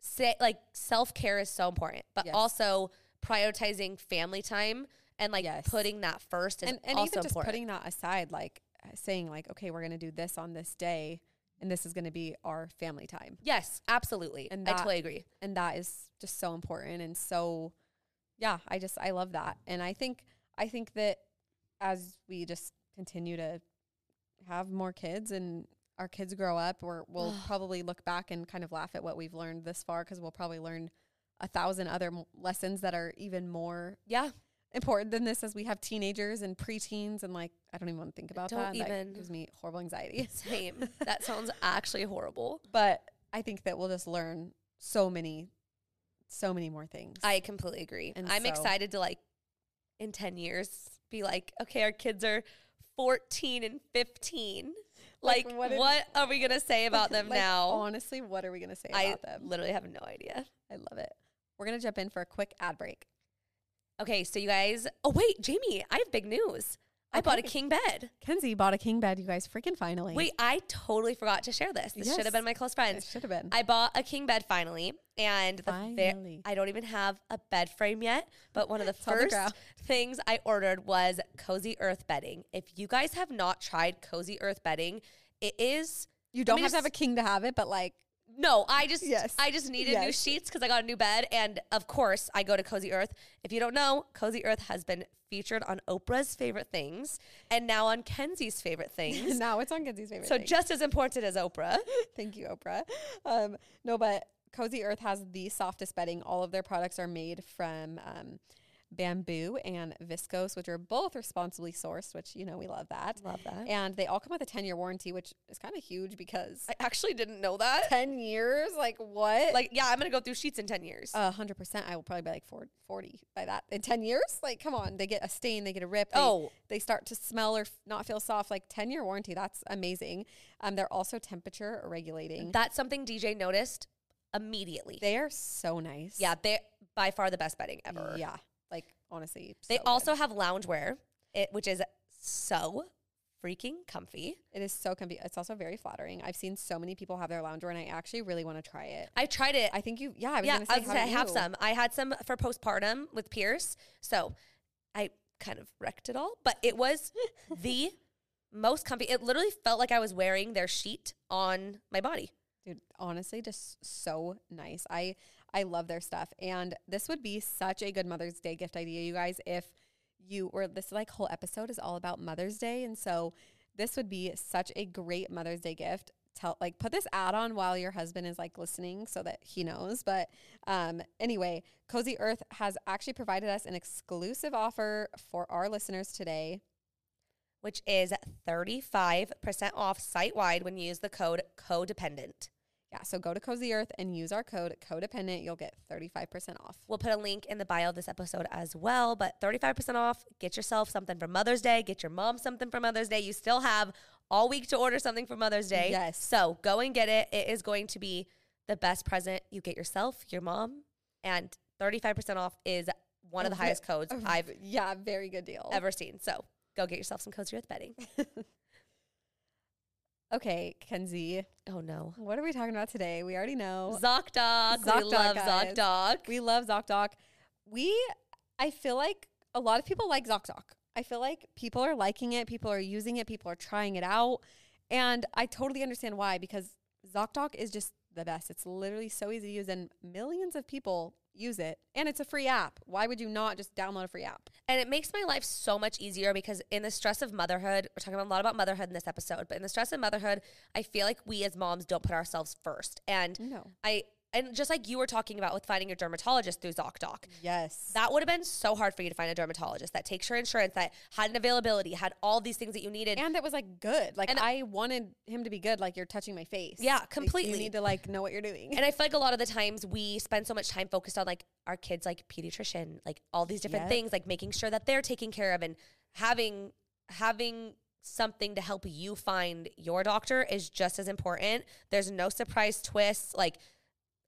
A: say like self care is so important, but
B: Yes.
A: also prioritizing family time and like
B: Yes.
A: putting that first is
B: and, and
A: also
B: even just
A: important.
B: putting that aside like uh, saying like okay we're going to do this on this day and this is going to be our family time
A: yes, absolutely.
B: And
A: I
B: that-
A: totally
B: <laughs>
A: agree.
B: and that is just so important and so yeah i just i love that and i think i think that as we just continue to have more kids and our kids grow up we're,
A: <sighs>
B: we'll probably look back and kind of laugh at what we've learned this far because we'll probably learn a thousand other m- lessons that are even more
A: Yeah.
B: important than this as we have teenagers and preteens and like I don't even want to think about
A: Uh, Don't
B: that.
A: even.
B: That gives me horrible anxiety. <laughs>
A: Same. that sounds actually horrible.
B: But I think that we'll just learn so many, so many more things.
A: I completely agree.
B: And
A: I'm
B: so-
A: excited to like in 10 years be like, okay, our kids are 14 and 15. Like,
B: Like,
A: what,
B: what if-
A: are we going to say about them
B: <laughs> Like,
A: now?
B: Honestly, what are we gonna say
A: I
B: about them?
A: literally have no idea.
B: I love it. We're gonna jump in for a quick ad break.
A: Okay, so you guys, oh, wait, Jamie, I have big news. I bought a
B: Okay.
A: king bed.
B: Kenzie bought a king bed, you guys freaking finally.
A: Wait, I totally forgot to share this. This should have
B: Yes.
A: been my close
B: it
A: friends.
B: should have been.
A: I bought a king bed finally, and the ve-
B: Finally.
A: I don't even have a bed frame yet. But one of the
B: It's on the
A: first
B: ground.
A: things I ordered was Cozy Earth bedding. If you guys have not tried Cozy Earth bedding, it is
B: you don't
A: me
B: have to have a
A: just-
B: king to have it,
A: <laughs>
B: but like
A: no. I just
B: Yes.
A: I just needed new
B: Yes.
A: sheets because I got a new bed, and of course I go to Cozy Earth. If you don't know, Cozy Earth has been featured on Oprah's favorite things, and now on Kenzie's favorite
B: <laughs>
A: things.
B: now it's on Kenzie's favorite.
A: so
B: thing.
A: just as important as Oprah.
B: Thank you, Oprah. Um, no, but Cozy Earth has the softest bedding. All of their products are made from um, bamboo and viscose, which are both responsibly sourced, which, you know, we love that.
A: Love that.
B: And they all come with a 10 year warranty, which is kind of huge because
A: I actually didn't know that.
B: 10 years? Like, what?
A: Like, yeah, I'm gonna go through sheets in ten years.
B: A hundred percent. I will probably be like four- 40 by that in ten years. Like, come on, they get a stain, they get a rip. They,
A: Oh.
B: they start to smell or f- not feel soft. Like ten year warranty. That's amazing. Um, they're also temperature regulating.
A: That's something DJ noticed immediately.
B: they are so nice.
A: yeah, they're by far the best bedding ever.
B: Yeah. Like honestly.
A: They
B: so good.
A: also have loungewear, it, which is so freaking comfy.
B: it is so comfy. It's also very flattering. I've seen so many people have their loungewear and I actually really want to try it.
A: I tried it.
B: I think you yeah, I was
A: yeah,
B: gonna say
A: I, was gonna
B: how
A: say, I
B: do
A: have
B: you?
A: some. I had some for postpartum with Pierce, so I kind of wrecked it all. But it
B: <laughs>
A: was the most comfy. It literally felt like I was wearing their sheet on my body.
B: Dude, honestly, just so nice. I I love their stuff, and this would be such a good Mother's Day gift idea, you guys. If you or this like whole episode is all about Mother's Day, and so this would be such a great Mother's Day gift. Tell like put this ad on while your husband is like listening so that he knows. But um, anyway, Cozy Earth has actually provided us an exclusive offer for our listeners today.
A: which is 35% off site wide when you use the code codependent.
B: Yeah, so go to Cozy Earth and use our code codependent. You'll get thirty five percent off.
A: We'll put a link in the bio of this episode as well, but 35% off. Get yourself something for Mother's Day. Get your mom something for Mother's Day. You still have all week to order something for Mother's Day.
B: Yes.
A: So go and get it. It is going to be the best present you get yourself, your mom, and 35% off is one of the
B: A
A: highest
B: re-
A: codes
B: a
A: I've
B: v- yeah, very good deal.
A: ever seen. So go get yourself some Cozy Earth
B: <laughs>
A: bedding.
B: Okay, Kenzie,
A: Oh no.
B: what are we talking about today? We already know
A: ZocDoc. We
B: Zocdoc,
A: love
B: guys.
A: ZocDoc.
B: we love ZocDoc. We, I feel like a lot of people like ZocDoc. I feel like people are liking it, people are using it, people are trying it out, and I totally understand why because ZocDoc is just the best. It's literally so easy to use, and millions of people use it, and it's a free app. Why would you not just download a free app?
A: And it makes my life so much easier because in the stress of motherhood, we're talking a lot about motherhood in this episode, but in the stress of motherhood, I feel like we as moms don't put ourselves first. And
B: No.
A: I and just like you were talking about with finding your dermatologist through ZocDoc,
B: Yes.
A: that would have been so hard for you to find a dermatologist that takes your insurance, that had an availability, had all these things that you needed.
B: and that was like good. Like
A: And-
B: I wanted him to be good. Like you're touching my face.
A: Yeah,
B: Like,
A: completely.
B: you need to like know what you're doing.
A: and I feel like a lot of the times we spend so much time focused on like our kids, like pediatrician, like all these different
B: Yep.
A: things, like making sure that they're taken care of and having having something to help you find your doctor is just as important. There's no surprise twists. Like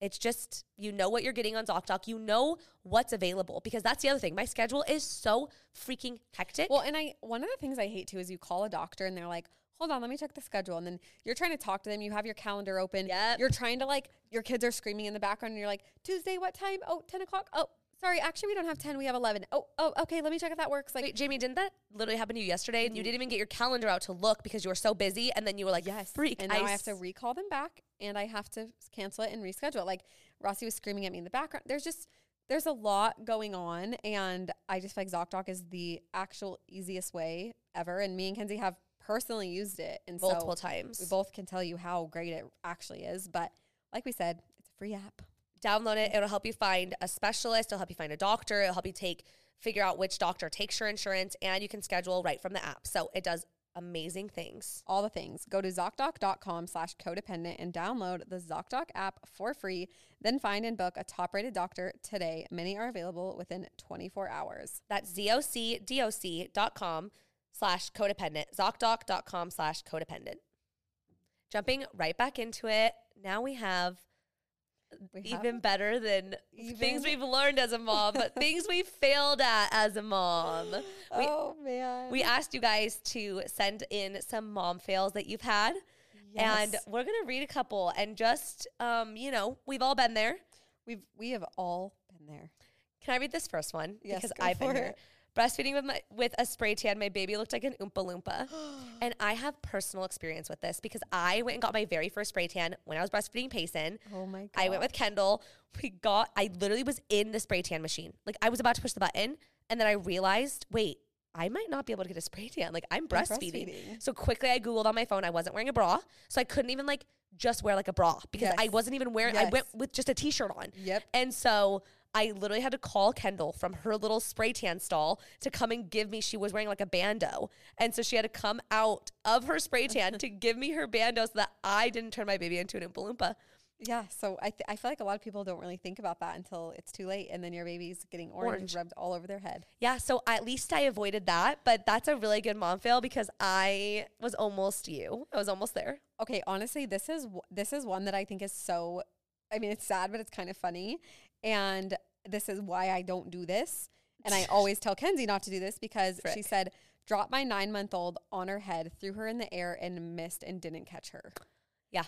A: It's just you know what you're getting on ZocDoc. You know what's available because that's the other thing. My schedule is so freaking hectic.
B: <laughs> Well, and I one of the things I hate too is you call a doctor and they're like, "Hold on, let me check the schedule." And then you're trying to talk to them, you have your calendar open.
A: Yep.
B: You're trying to like your kids are screaming in the background and you're like, "Tuesday, what time? Oh, 10 o'clock. Oh, sorry, actually we don't have 10, we have 11. Oh, oh, okay, let me check if that works." Like
A: Wait, Jamie, didn't that literally happen to you yesterday? And you didn't even get your calendar out to look because you were so busy, and then you were like,
B: Mm-hmm. Yes.
A: freak."
B: And now I,
A: s-
B: have to recall them back and I have to s- cancel it and reschedule it. Like Rossi was screaming at me in the background. There's just there's a lot going on and I just feel like ZocDoc is the actual easiest way ever. And me and Kenzie have personally used it. And so
A: multiple times.
B: we both can tell you how great it actually is. But like we said, it's a free app.
A: download it. It'll help you find a specialist. It'll help you find a doctor. It'll help you take figure out which doctor takes your insurance, and you can schedule right from the app. So it does amazing things.
B: All the things. Go to ZocDoc.com slash codependent and download the ZocDoc app for free. Then find and book a top rated doctor today. Many are available within 24 hours.
A: That's zocdoc.com slash codependent, zocdoc.com slash codependent. Jumping right back into it. Now we have
B: We have-
A: even better than
B: Even-
A: things we've learned as a mom,
B: <laughs>
A: but things we failed at as a mom. We,
B: oh man.
A: we asked you guys to send in some mom fails that you've had. And
B: Yes.
A: we're gonna read a couple and just um, you know, we've all been there.
B: we've we have all been there.
A: Can I read this first one?
B: Yes,
A: because
B: go
A: I've been
B: for
A: here.
B: it.
A: Breastfeeding with my with a spray tan, my baby looked like an oompa
B: <gasps>
A: loompa. and I have personal experience with this because I went and got my very first spray tan when I was breastfeeding Payson.
B: Oh my god.
A: I went with Kendall. We got I literally was in the spray tan machine. Like I was about to push the button and then I realized, wait, I might not be able to get a spray tan. Like I'm breastfeeding.
B: breastfeeding.
A: So quickly I Googled on my phone. I wasn't wearing a bra. So I couldn't even like just wear like a bra because I
B: Yes.
A: wasn't even wearing I went
B: Yes.
A: with just a t shirt on.
B: Yep.
A: And so I literally had to call Kendall from her little spray tan stall to come and give me. She was wearing like a bando. And so she had to come out of her spray
B: <laughs>
A: tan to give me her bando so that I didn't turn my baby into an Oompa Loompa.
B: Yeah. So I th- I feel like a lot of people don't really think about that until it's too late, and then your baby's getting orange,
A: Orange.
B: rubbed all over their head.
A: Yeah, so at least I avoided that, but that's a really good mom fail because I was almost you. I was almost there.
B: Okay. Honestly, this is w- this is one that I think is so. I mean, it's sad, but it's kind of funny, and this is why I don't do this. And
A: <laughs>
B: I always tell Kenzie not to do this because she
A: Frick.
B: said, "Drop my nine month old on her head, threw her in the air, and missed and didn't catch her."
A: Yeah.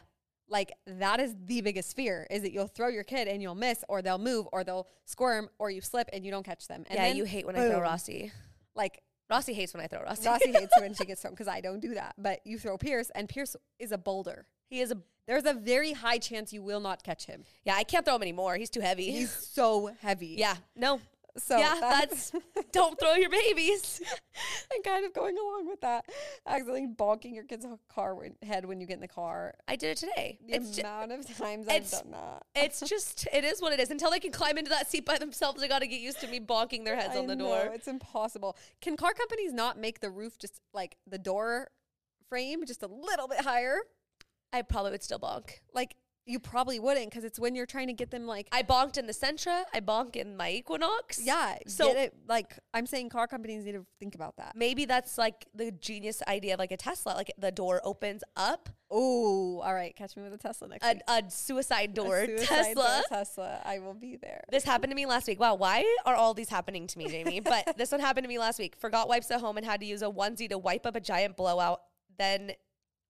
B: like that is the biggest fear is that you'll throw your kid and you'll miss or they'll move or they'll squirm or you slip and you don't catch them and
A: yeah,
B: then,
A: you hate when I throw
B: boom.
A: Rossi. <laughs>
B: like
A: Rossi hates when I throw Rossi.
B: Rossi hates it when she gets thrown because I don't do that but you throw Pierce and Pierce is a boulder
A: he is a
B: there's a very high chance you will not catch him
A: Yeah, I can't throw him anymore. He's too heavy.
B: he's so heavy
A: <laughs> yeah, no.
B: so
A: yeah,
B: <laughs>
A: that's <laughs> don't throw your babies.
B: and kind of going along with that accidentally bonking your kid's car when, head when you get in the car
A: I did it today.
B: the
A: it's ju-
B: amount of times
A: it's-
B: I've done that
A: it's just it is what it is. Until they can climb into that seat by themselves, they got to get used to me bonking their heads
B: I
A: on the
B: know,
A: door.
B: It's impossible. Can car companies not make the roof just like the door frame just a little bit higher?
A: I probably would still bonk.
B: Like you probably wouldn't because it's when you're trying to get them like
A: I bonked in the Sentra. I bonked in my Equinox.
B: yeah.
A: So-
B: So get it, like I'm saying, car companies need to think about that.
A: maybe that's like the genius idea of like a Tesla. Like the door opens up,
B: Oh, all right. Catch me with a Tesla next
A: a,
B: week.
A: a suicide
B: A
A: door <laughs>
B: suicide
A: Tesla.
B: door Tesla. I will be there.
A: This happened to me last week. Wow, why are all these happening to me,
B: <laughs>
A: Jamie? But this one happened to me last week. Forgot wipes at home and had to use a onesie to wipe up a giant blowout. Then,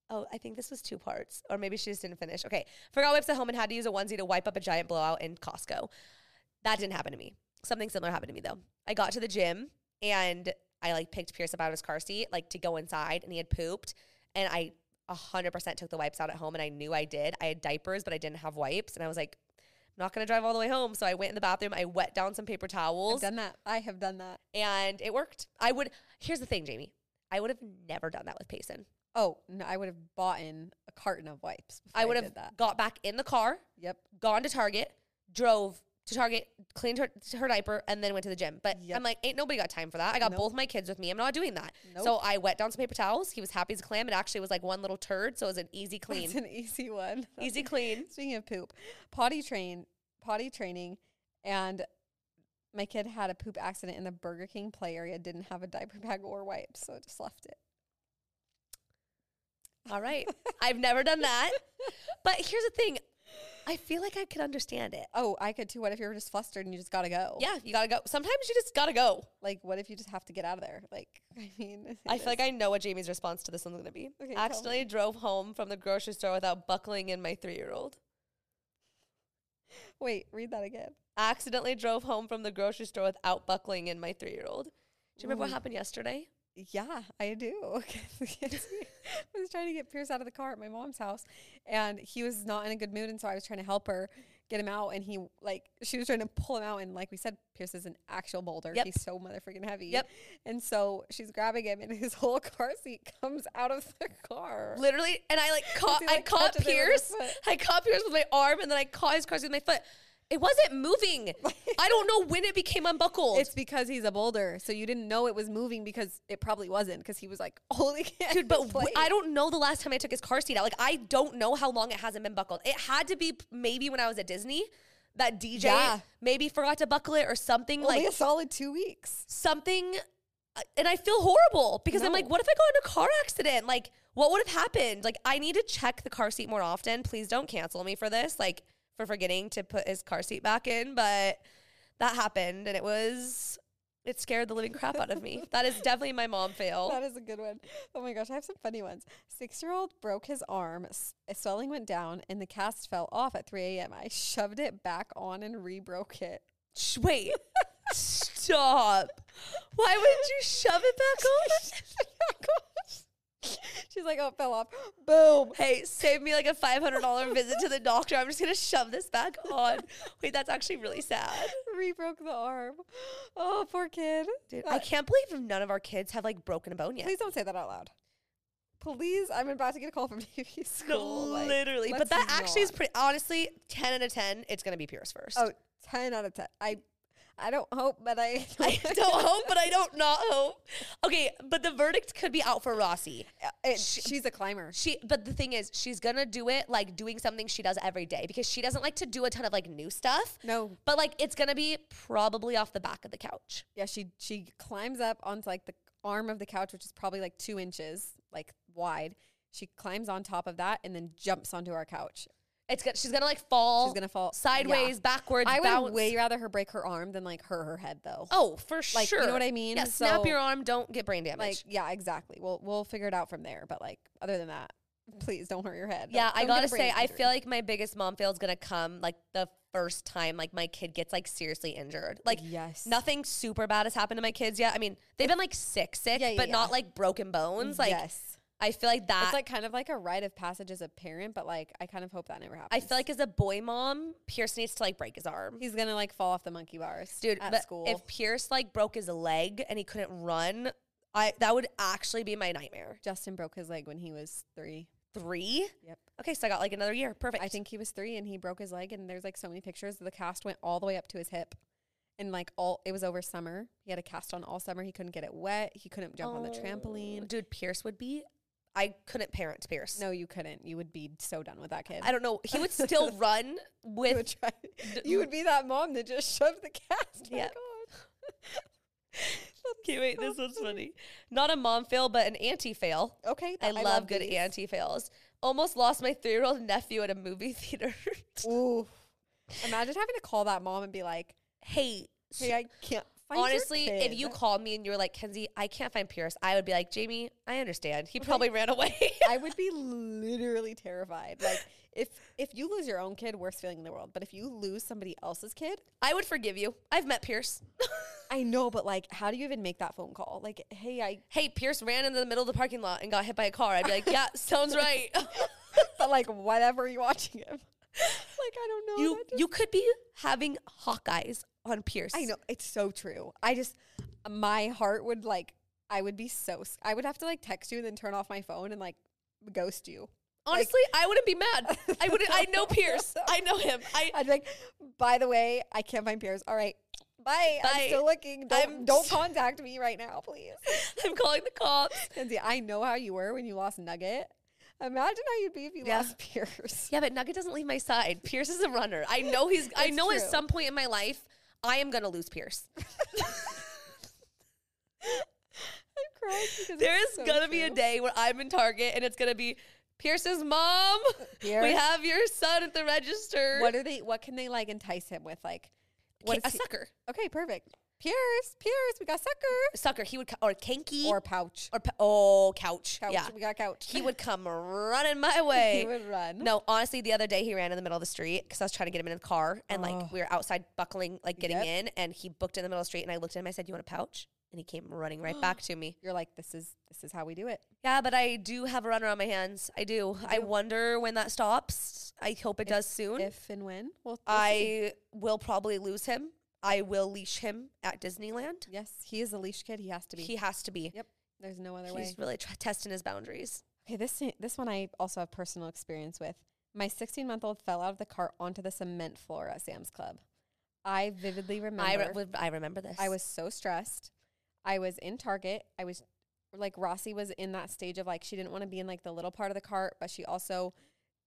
A: oh, I think this was two parts, or maybe she just didn't finish. Okay. Forgot wipes at home and had to use a onesie to wipe up a giant blowout in Costco. That didn't happen to me. Something similar happened to me though. I got to the gym and I like picked Pierce up out of his car seat, like to go inside, and he had pooped. And I 100% took the wipes out at home, and I knew I did. I had diapers, but I didn't have wipes. And I was like, I'm not gonna drive all the way home. So I went in the bathroom, I wet down some paper
B: I've
A: towels,
B: done that. I have done that.
A: and it worked. I would, here's the thing, Jamie, I would have never done that with Payson.
B: Oh no, I would have bought in a carton of wipes. before
A: I would
B: did that.
A: have got back in the car,
B: Yep. <laughs>
A: gone to Target, drove to Target, cleaned her, her diaper, and then went to the gym. But
B: Yep.
A: I'm like, ain't nobody got time for that. I got
B: Nope.
A: both my kids with me. I'm not doing that. So
B: Nope.
A: I wet down some paper towels. He was happy as a clam. It actually was like one little turd, so it was an
B: <laughs>
A: easy
B: It's
A: clean.
B: an <laughs> easy one.
A: easy clean.
B: Speaking of poop, potty train, potty training, and my kid had a poop accident in the Burger King play area. Didn't have a diaper bag or wipes, so I just left it.
A: <laughs>
B: <laughs>
A: All right. I've never done that. But here's the thing I feel like I could understand it.
B: Oh, I could too. What if you were just flustered and you just gotta go?
A: Yeah, you gotta go. Sometimes you just gotta go.
B: Like, what if you just have to get out of there? Like, <laughs> I mean, it
A: I feel like
B: is-
A: I know what Jamie's response to this one's gonna be.
B: Okay, tell
A: Accidentally drove home from the grocery store without buckling in my three year old.
B: wait. Read that again.
A: Accidentally drove home from the grocery store without buckling in my three year old. Do you remember what
B: Ooh.
A: happened yesterday?
B: Yeah, I do. <laughs> 'Cause I was trying to get Pierce out of the car at my mom's house, and he was not in a good mood, and so I was trying to help her get him out, and he like she was trying to pull him out, and like we said, Pierce is an actual boulder.
A: Yep.
B: He's so motherfucking heavy.
A: Yep.
B: And so she's grabbing him, and his <laughs> whole car seat comes out of the car.
A: Literally, and
B: <laughs>
A: I like caught,
B: he,
A: I
B: like,
A: caught
B: catches it with his
A: Pierce.
B: foot.
A: I caught Pierce with my arm, and then I caught his car with my foot. It wasn't
B: <laughs>
A: moving. I don't know when it became unbuckled.
B: It's because he's a boulder, so you didn't know it was moving because it probably wasn't because he was like <laughs> holding it.
A: Dude, but w- I
B: I
A: don't know the last time I took his car seat out. Like, I don't know how long it hasn't been buckled. It had to be p- maybe when I was at Disney. That DJ
B: Yeah.
A: maybe forgot to buckle it or something
B: only
A: like
B: a solid two weeks.
A: something. uh, And I feel horrible because I'm like,
B: No.
A: what if I got in a car accident? Like, what would have happened? Like, I need to check the car seat more often. Please don't cancel me for this, like, for forgetting to put his car seat back in. But that happened and it was, it scared the living crap out of me. That is definitely my mom fail.
B: <laughs> That is a good one. Oh my gosh, I have some funny ones. Six year old broke his arm, s- a swelling went down, and the cast fell off at 3 a.m. I shoved it back on and re broke it. <laughs>
A: Sh- Wait. Stop. Why would you shove it back
B: She's like, oh, it fell off. Boom. <laughs>
A: on? hey, save me like a $500 visit to the doctor. I'm just going to shove this back on. Wait, that's actually really sad.
B: Re broke the arm. Oh, poor kid.
A: Dude, I
B: That-
A: can't believe none of our kids have like broken a bone yet.
B: Please don't say that out loud. Please, I'm about to get a call from <laughs> TV
A: No,
B: school. like,
A: literally. But
B: let's
A: that actually is
B: not.
A: pretty, honestly, 10 out of 10, it's going to be Pierce first.
B: Oh, 10 out of 10. I, I don't hope, but I. <laughs>
A: I don't hope, but I don't not hope. Okay, but the verdict could be out for Rossi.
B: Uh, It- she's a climber.
A: She, but the thing is, she's gonna do it like doing something she does every day because she doesn't like to do a ton of like new stuff.
B: No.
A: but like it's gonna be probably off the back of the couch.
B: Yeah, she she climbs up onto like the arm of the couch, which is probably like two inches like wide. She climbs on top of that and then jumps onto our couch.
A: It's gonna, she's gonna like fall.
B: She's gonna fall yeah.
A: sideways, backwards.
B: I would
A: bounce.
B: way rather her break her arm than like hurt her head though.
A: Oh, for
B: Like, you
A: sure.
B: know what I mean?
A: Yeah, snap
B: So,
A: your arm. Don't get brain damage.
B: Like yeah, exactly. We'll we'll figure it out from there. But like other than that, please don't hurt your head.
A: yeah,
B: Don't-
A: I
B: don't get a
A: gotta
B: brain
A: say, I
B: injury.
A: feel like my biggest mom fail is gonna come like the first time like my kid gets like seriously injured. Like
B: yes,
A: nothing super bad has happened to my kids yet. I mean, they've been like sick, sick,
B: Yeah, yeah,
A: but not
B: yeah.
A: like broken bones. Like
B: yes,
A: I feel Mm, like that.
B: it's like kind of like a rite of passage as a parent. But like I kind of hope that never happens.
A: I feel like as a boy mom, Pierce needs to like break his arm.
B: he's gonna like fall off the monkey bars,
A: Dude,
B: At
A: but
B: school,
A: if Pierce like broke his leg and he couldn't run, I that would actually be my nightmare.
B: Justin broke his leg when he was three.
A: Three.
B: Yep.
A: Okay, so I got like another year. Perfect.
B: I think he was three and he broke his leg and there's like so many pictures. The cast went all the way up to his hip. And like all it was over summer. He had a cast on all summer. He couldn't get it wet. He couldn't jump on the
A: Oh,
B: trampoline.
A: Dude, Pierce would be. I couldn't parent Pierce.
B: No, you couldn't. You would be so done with that kid.
A: I don't know. He would
B: <laughs>
A: still run
B: you
A: with.
B: would try You would be that mom that just shoved the cast.
A: Yeah.
B: Yeah.
A: <laughs> Okay, wait, this one's funny. Not a mom fail, but an auntie fail.
B: Okay.
A: I,
B: th-
A: love, good
B: these.
A: auntie fails. Almost lost my three year old nephew at a movie theater.
B: Ooh. Imagine having to call that mom and be like,
A: <laughs> hey,
B: Hey, I can't find your
A: honestly, if
B: kid."
A: you called me and you were like, Kenzie, I can't find Pierce, I would be like, Jamie, I understand.
B: <laughs>
A: He probably ran away.
B: I would be literally terrified. Like if if you lose your own kid, worst feeling in the world. But if you lose somebody else's kid,
A: <laughs> I would forgive you. I've met Pierce. <laughs>
B: I know, but like how do you even make that phone call? Like, hey, I
A: hey, Pierce ran into the middle of the parking lot and got hit by a car. I'd be like,
B: <laughs>
A: yeah, sounds right.
B: Oh but like whatever are you watching him? <laughs> like I don't
A: <laughs>
B: know.
A: you
B: that just-
A: you could be having Hawkeyes on Pierce.
B: I know it's so true. I just my heart would like I would be so s- I would have to like text you and then turn off my phone and like ghost you.
A: Honestly, I wouldn't be mad.
B: <laughs>
A: I wouldn't. I know Pierce. I know him. I
B: I'd be like, by the way, I can't find Pierce. All right. Bye.
A: Bye.
B: I'm still looking. Don't,
A: I'm
B: don't
A: s-
B: contact me right now, please.
A: <laughs> I'm calling the cops.
B: Kenzie, I know how you were when you lost Nugget. Imagine how you'd be if you
A: Yeah.
B: lost Pierce. <laughs>
A: Yeah, but Nugget doesn't leave my side. Pierce is a runner. I know he's. I
B: It's
A: know at
B: true.
A: some point in my life, I am gonna lose
B: <laughs>
A: Pierce.
B: I'm crying because
A: There
B: it's
A: is
B: so
A: gonna be a
B: true.
A: day where I'm in Target and it's gonna be Pierce's mom, we
B: Pierce?
A: have your son at the register.
B: What are they? What can they like entice him with? Like,
A: What
B: what is
A: a
B: he-
A: sucker.
B: okay, perfect. Pierce, Pierce, we got sucker
A: Sucker. He would, co- or Kanky.
B: or pouch.
A: or pa- oh couch.
B: Couch,
A: Yeah,
B: we got couch.
A: <laughs> he would come running my
B: <laughs> he
A: way.
B: would <laughs> run.
A: No, honestly, the other day he ran in the middle of the street because I was trying to get him in the car, and
B: Oh.
A: like we were outside buckling, like getting
B: Yep.
A: in, and he booked in the middle of the street, and I looked at him, I said, "You want a pouch?" And he came running right
B: <gasps>
A: back to me.
B: You're like, this is this is how we do it.
A: Yeah, but I do have a runner on my hands. I do. I wonder when that stops. I hope it does soon.
B: If and when, well, we'll see.
A: I will probably lose him. I will leash him at Disneyland.
B: yes, he is a leash kid. He has to be.
A: He has to be.
B: Yep, There's no other way.
A: He's really tr- testing his boundaries.
B: Okay, this i- this one I also have personal experience with. My 16 month old fell out of the cart onto the cement floor at Sam's Club. I vividly remember.
A: I, re- w- I remember this.
B: I was so stressed. I was in Target. I was like Rossi was in that stage of like she didn't want to be in like the little part of the cart, but she also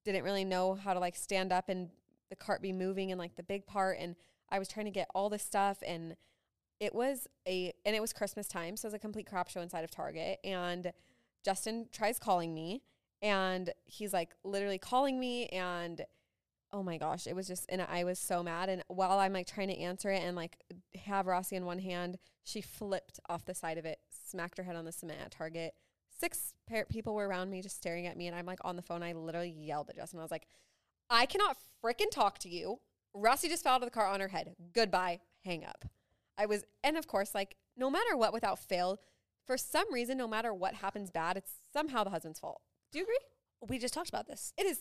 B: didn't really know how to like stand up and the cart be moving in like the big part and I was trying to get all this stuff and it was a and it was Christmas time, so it was a complete crap show inside of Target and Justin tries calling me and he's like literally calling me and oh my gosh, it was just and I was so mad and while I'm like trying to answer it and like have Rossi in one hand, she flipped off the side of it, smacked her head on the cement at Target. Six pair people were around me just staring at me and I'm like on the phone. I literally yelled at Justin. I was like, I cannot frickin' talk to you. Rossi just fell out of the car on her head. Goodbye. Hang up. I was, and of course, like, no matter what, without fail, for some reason, no matter what happens bad, it's somehow the husband's fault. Do you agree?
A: we just talked about this.
B: It is,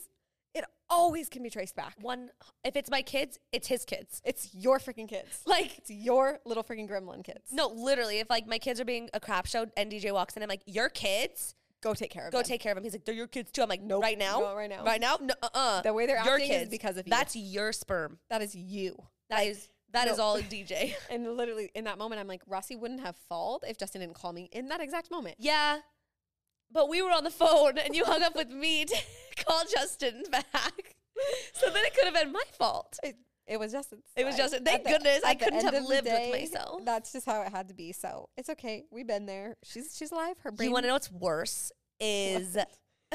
B: it always can be traced back.
A: One, if it's my kids, it's his kids.
B: It's your freaking kids.
A: Like,
B: It's your little freaking gremlin kids.
A: no, literally, if like my kids are being a crap show and DJ walks in, I'm like, your kids,
B: Go take care of
A: go
B: them.
A: take care of them. He's like, they're your kids too. I'm like,
B: Nope,
A: right now,
B: not right now.
A: right now, no, uh, uh
B: The way they're acting is because of you.
A: That's your sperm.
B: That is you.
A: That is that is
B: no.
A: all DJ.
B: And literally in that moment, I'm like, Rossi wouldn't have falled if Justin didn't call me in that exact moment.
A: <laughs> yeah, but we were on the phone and you hung up with me <laughs> to call Justin back. <laughs> So then it could have been my fault.
B: It, it was Justin's.
A: It was
B: I-
A: Justin.
B: at
A: Thank
B: the-
A: goodness I
B: at the
A: couldn't
B: end
A: have
B: of the
A: lived with
B: day,
A: myself.
B: That's just how it had to be. So it's okay. We've been there. She's she's alive. Her brain.
A: You want to know what's worse is <laughs>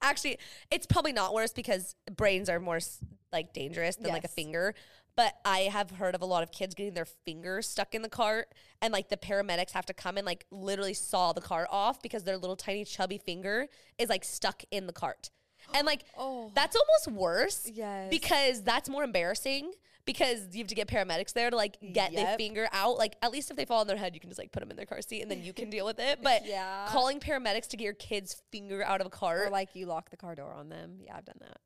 A: actually it's probably not worse because brains are more s- like dangerous than like a
B: Yes.
A: finger. But I have heard of a lot of kids getting their fingers stuck in the cart, and like the paramedics have to come and like literally saw the cart off because their little tiny chubby finger is like stuck in the cart, and like
B: Oh.
A: that's almost worse
B: Yes.
A: because that's more embarrassing because you have to get paramedics there to like get the
B: Yep.
A: finger out. Like at least if they fall on their head, you can just like put them in their car seat and then you can deal with it.
B: <laughs>
A: But
B: Yeah. Oh,
A: calling paramedics to get your kid's finger out of a cart.
B: or like you lock the car door on them. Yeah, I've done that.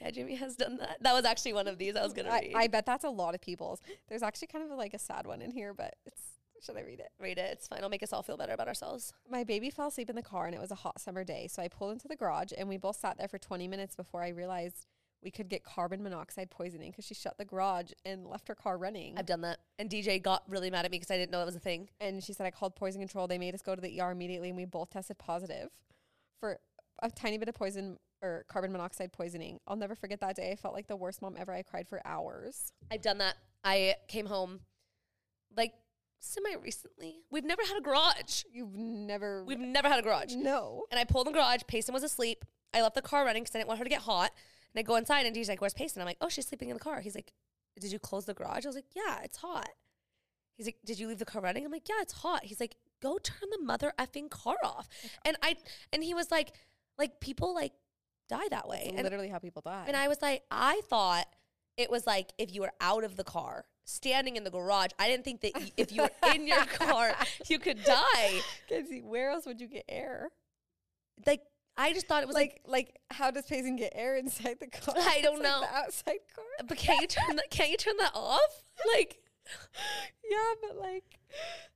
A: yeah, Jimmy has done that. That was actually one of these I was gonna
B: I,
A: read.
B: I bet that's a lot of people's. There's actually kind of like a sad one in here, but it's should I read it?
A: read it. It's fine. It'll make us all feel better about ourselves.
B: My baby fell asleep in the car and it was a hot summer day, so I pulled into the garage and we both sat there for 20 minutes before I realized we could get carbon monoxide poisoning because she shut the garage and left her car running.
A: I've done that. And DJ got really mad at me because I didn't know that was a thing.
B: and she said I called poison control. They made us go to the ER immediately, and we both tested positive for a tiny bit of poison or carbon monoxide poisoning. I'll never forget that day. I felt like the worst mom ever. I cried for hours.
A: I've done that. I came home like semi recently. We've never had a garage.
B: You've never
A: We've never had a garage.
B: <laughs> no.
A: And I pulled in the garage. Payson was asleep. I left the car running because I didn't want her to get hot. And I go inside and he's like, Where's Payson? I'm like, Oh, she's sleeping in the car. He's like, Did you close the garage? I was like, Yeah, it's hot. He's like, Did you leave the car running? I'm like, Yeah, it's hot. He's like, Go turn the mother effing car off. And I and he was like, like people like die that way.
B: It's
A: And
B: literally how people die.
A: and I was like, I thought it was like if you were out of the car, standing in the garage. I didn't think that y- if you were in
B: <laughs>
A: your car, you could die.
B: Kenzie, where else would you get air?
A: Like I just thought it was like
B: Like, like, how does Payson get air inside the car?
A: I
B: <laughs> It's
A: don't
B: like
A: know.
B: the outside car.
A: But can you turn that? Can you turn that off? Like,
B: <laughs> Yeah, but like,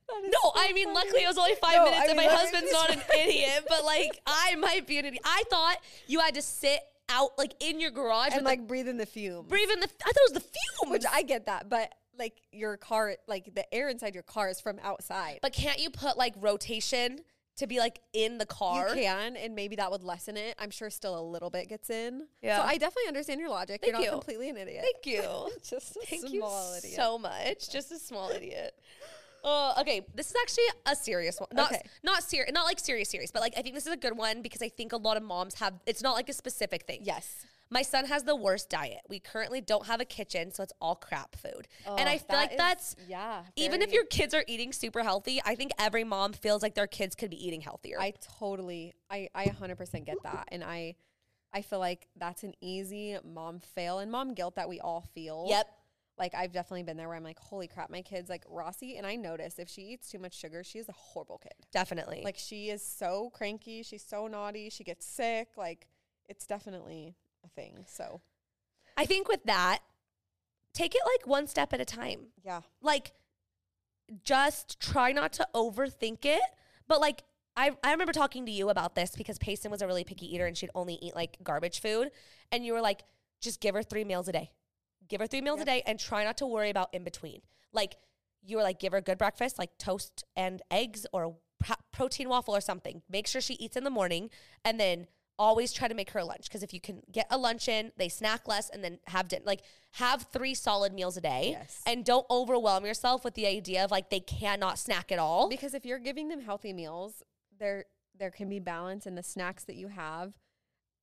B: that is
A: no.
B: so
A: I mean,
B: funny.
A: luckily it was only five
B: No,
A: minutes,
B: I
A: and my
B: mean, <laughs> let me
A: husband's not an idiot. But like, I might be an idiot. I thought you had to sit out, like in your garage,
B: and
A: with
B: like breathe in the fume.
A: the, breathe in the. I thought it was the fumes.
B: Which I get that, but like your car, like the air inside your car is from outside.
A: but can't you put like rotation to be like in the car?
B: you can, and maybe that would lessen it. I'm sure still a little bit gets in.
A: Yeah.
B: So I definitely understand your logic.
A: Thank
B: You're not
A: you.
B: completely an idiot.
A: Thank you.
B: <laughs> Just a
A: Thank you
B: small idiot.
A: so much. Just a small idiot. Oh, okay. This is actually a serious one. Not
B: Okay.
A: not serious, not like serious serious, but like I think this is a good one because I think a lot of moms have. It's not like a specific thing.
B: Yes.
A: My son has the worst diet. We currently don't have a kitchen, so it's all crap food. and
B: Oh,
A: I feel like that's
B: yeah.
A: even if
B: very-
A: your kids are eating super healthy, I think every mom feels like their kids could be eating healthier.
B: I totally, I, I 100% get that. And I, I feel like that's an easy mom fail and mom guilt that we all feel.
A: yep.
B: Like I've definitely been there where I'm like, holy crap, my kids like Rossi. And I notice if she eats too much sugar, she is a horrible kid.
A: Definitely.
B: Like she is so cranky. She's so naughty. She gets sick. Like it's definitely a thing. So
A: I think with that, take it like one step at a time.
B: yeah.
A: Like, just try not to overthink it. But like, I, I remember talking to you about this because Payson was a really picky eater and she'd only eat like garbage food. And you were like, just give her three meals a day. Give her three meals
B: Yep.
A: a day and try not to worry about in between. Like, you were like, give her a good breakfast, like toast and eggs or a pro- protein waffle or something. Make sure she eats in the morning and then always try to make her lunch. Cause if you can get a lunch in, they snack less and then have dinner. Like, have three solid meals a day
B: Yes.
A: and don't overwhelm yourself with the idea of like they cannot snack at all.
B: Because if you're giving them healthy meals, there there can be balance and the snacks that you have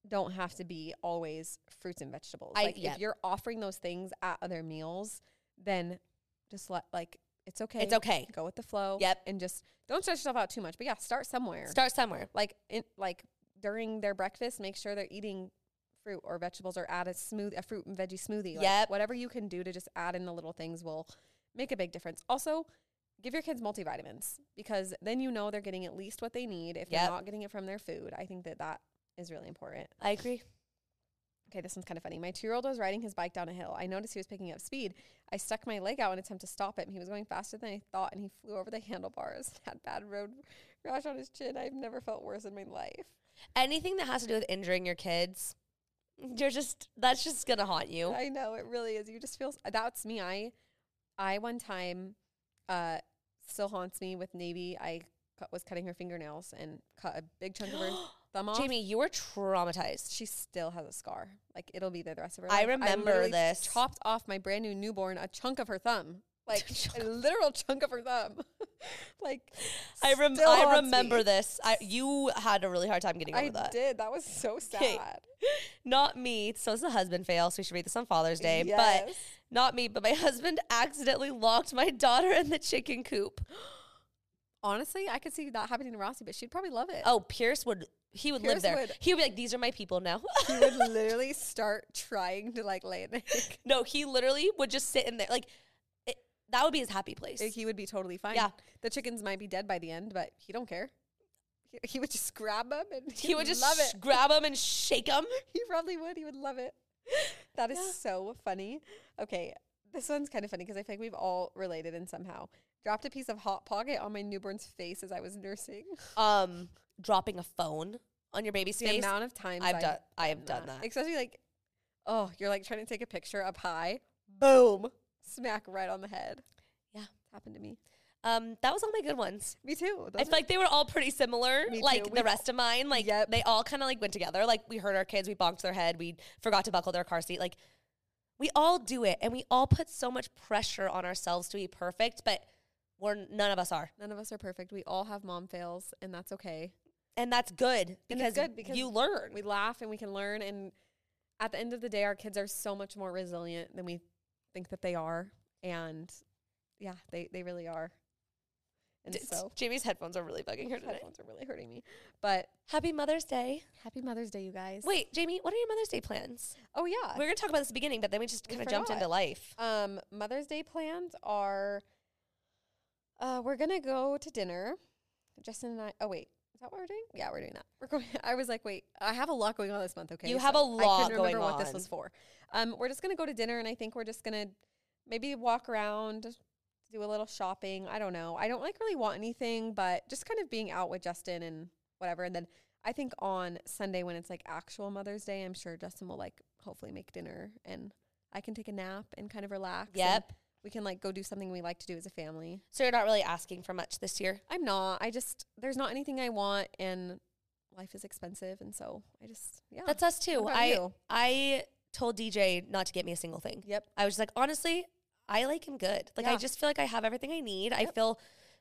B: don't have to be always fruits and vegetables.
A: I-
B: like
A: yep.
B: if you're offering those things at other meals, then just let like it's okay.
A: It's okay.
B: Go with the flow.
A: Yep.
B: And just don't stress yourself out too much. But yeah, start somewhere.
A: Start somewhere.
B: like in like during their breakfast, make sure they're eating fruit or vegetables or add a smooth a fruit and veggie smoothie. Like,
A: Yep.
B: Whatever you can do to just add in the little things will make a big difference. Also, give your kids multivitamins because then you know they're getting at least what they need. If
A: Yep.
B: they're not getting it from their food, I think that that is really important.
A: I agree.
B: Okay, this one's kind of funny. My two year old was riding his bike down a hill. I noticed he was picking up speed. I stuck my leg out in an attempt to stop him. He was going faster than I thought, and he flew over the handlebars and had bad road rash on his chin. I've never felt worse in my life.
A: Anything that has to do with injuring your kids, you're just that's just gonna haunt you.
B: I know it really is. You just feel s- that's me. I, I one time, uh, still haunts me with Navy. I cut, was cutting her fingernails and cut a big chunk of
A: <gasps>
B: her thumb off.
A: Jamie, you were traumatized.
B: she still has a scar. Like it'll be there the rest of her.
A: I
B: life.
A: remember
B: literally
A: this.
B: Chopped off my brand new newborn a chunk of
A: <laughs>
B: her thumb, like
A: Chunk
B: a literal chunk of her thumb. <laughs> like
A: I rem-
B: still
A: I
B: haunts
A: remember
B: me.
A: this. I you had a really hard time getting over
B: I
A: that.
B: did. That was so
A: Okay.
B: sad.
A: Not me. So it's a husband fail, so we should read this on Father's Day. But
B: Yes.
A: not me, but my <laughs> husband accidentally locked my daughter in the chicken coop.
B: honestly, I could see that happening to Rossi, but she'd probably love it.
A: Oh, Pierce would he would live
B: Pierce
A: there.
B: would-
A: He would be like, These are my people now. <laughs>
B: He would literally start trying to like lay an egg.
A: no, he literally would just sit in there. Like it, that would be his happy place.
B: Like, He would be totally fine.
A: Yeah.
B: The chickens might be dead by the end, but he don't care. He, he would just grab them and
A: He would just
B: love it.
A: grab him and shake him.
B: He probably would. He would love it. That is
A: Yeah.
B: so funny. Okay. This one's kind of funny because I feel like we've all related in somehow. Dropped a piece of hot pocket on my newborn's face as I was nursing.
A: <laughs> um dropping a phone on your baby's
B: The
A: face.
B: amount of times
A: I've done I have done that.
B: Especially like, oh, you're like trying to take a picture up high. Boom. Smack right on the head.
A: Yeah.
B: It's happened to me.
A: Um that was all my good ones.
B: Me too.
A: I
B: Those
A: feel like they were all pretty similar.
B: Me
A: Like
B: too.
A: the
B: We've-
A: rest of mine. Like
B: Yep.
A: they all kinda like went together. Like we hurt our kids, we bonked their head, we forgot to buckle their car seat. Like we all do it and we all put so much pressure on ourselves to be perfect, but we're none of us are.
B: None of us are perfect. We all have mom fails, and that's okay.
A: And that's good
B: And
A: because,
B: it's good because
A: you learn.
B: We laugh and we can learn. And at the end of the day, our kids are so much more resilient than we think that they are. And yeah, they, they really are. And
A: D-
B: so
A: Jamie's headphones are really bugging her today.
B: headphones are really hurting me. But
A: Happy Mother's Day.
B: happy Mother's Day, you guys.
A: Wait, Jamie, what are your Mother's Day plans?
B: Oh yeah.
A: We were gonna talk about this at the beginning, but then we just
B: We
A: kind of jumped
B: forgot.
A: into life.
B: Um, Mother's Day plans are uh, we're gonna go to dinner. Justin and I. Oh wait, is that what we're doing? Yeah, we're doing that. We're going. <laughs> I was like, wait, I have a lot going on this month. Okay,
A: You have a
B: I
A: lot
B: couldn't remember
A: going
B: what this was for. Um, we're just gonna go to dinner, and I think we're just gonna maybe walk around, do a little shopping. I don't know. I don't like really want anything, but just kind of being out with Justin and whatever. And then I think on Sunday when it's like actual Mother's Day, I'm sure Justin will like hopefully make dinner and. I can take a nap and kind of relax. and
A: Yep.
B: we can like go do something we like to do as a family.
A: So you're not really asking for much this year.
B: I'm not. I just there's not anything I want, and life is expensive, and so I just yeah.
A: That's us too.
B: about
A: I
B: you?
A: I told DJ not to get me a single thing.
B: yep.
A: I was just like, honestly, I like am good. Like I
B: Yeah.
A: just feel like I have everything I need. I
B: Yep.
A: feel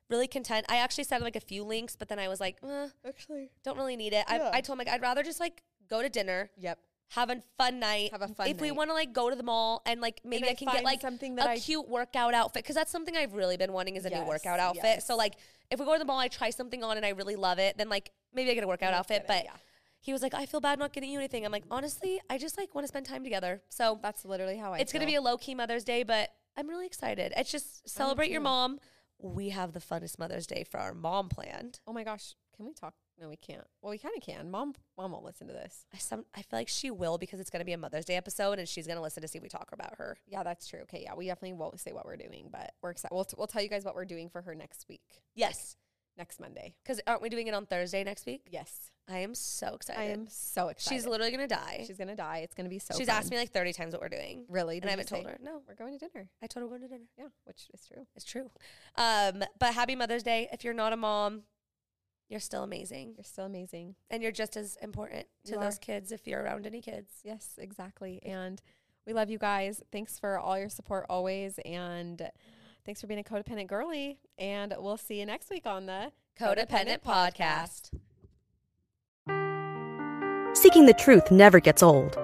A: really content. I actually sent like a few links, but then I was like, eh,
B: Actually,
A: don't really need it.
B: Yeah.
A: I, I told him like I'd rather just like go to dinner,
B: yep.
A: have a fun night.
B: Have a fun
A: if we
B: night.
A: want to like go to the mall and like maybe
B: And
A: I, can get
B: find
A: like
B: something
A: a
B: that I
A: cute workout outfit because that's something I've really been wanting is a
B: Yes,
A: new workout outfit. So
B: yes.
A: like if we go to the mall, I try something on and I really love it, then like maybe I get a workout
B: Look
A: outfit.
B: at it,
A: But
B: yeah.
A: he was like, I feel bad not getting you anything. I'm like, honestly, I just like want to spend time together. So
B: that's literally how I.
A: it's gonna be
B: feel.
A: a low key Mother's Day, but I'm really excited. It's just celebrate your
B: too.
A: mom. We have the funnest Mother's Day for our mom planned.
B: oh my gosh, can we talk? No, we can't. Well, we kind of can. Mom, mom will listen to this.
A: I some I feel like she will because it's gonna be a Mother's Day episode and she's gonna listen to see if we talk about her.
B: Yeah, that's true. Okay, yeah, we definitely won't say what we're doing, but we're excited. We'll, t- we'll tell you guys what we're doing for her next week,
A: Yes,
B: next Monday.
A: because aren't we doing it on Thursday next week?
B: Yes,
A: I am so excited.
B: I am so excited.
A: She's literally gonna die. She's,
B: she's gonna die. It's gonna be so.
A: asked me like 30 times what we're doing,
B: really,
A: and I haven't told her. No,
B: We're going to dinner.
A: I told her we're going to dinner.
B: Yeah, which is true.
A: It's true. Um, but happy Mother's Day. If you're not a mom, you're still amazing,
B: You're still amazing.
A: and you're just as important to
B: You
A: those
B: are.
A: kids if you're around any kids.
B: Yes, exactly. And we love you guys. Thanks for all your support always. And thanks for being a codependent girly. And we'll see you next week on the
A: Codependent Podcast.
C: Seeking the truth never gets old.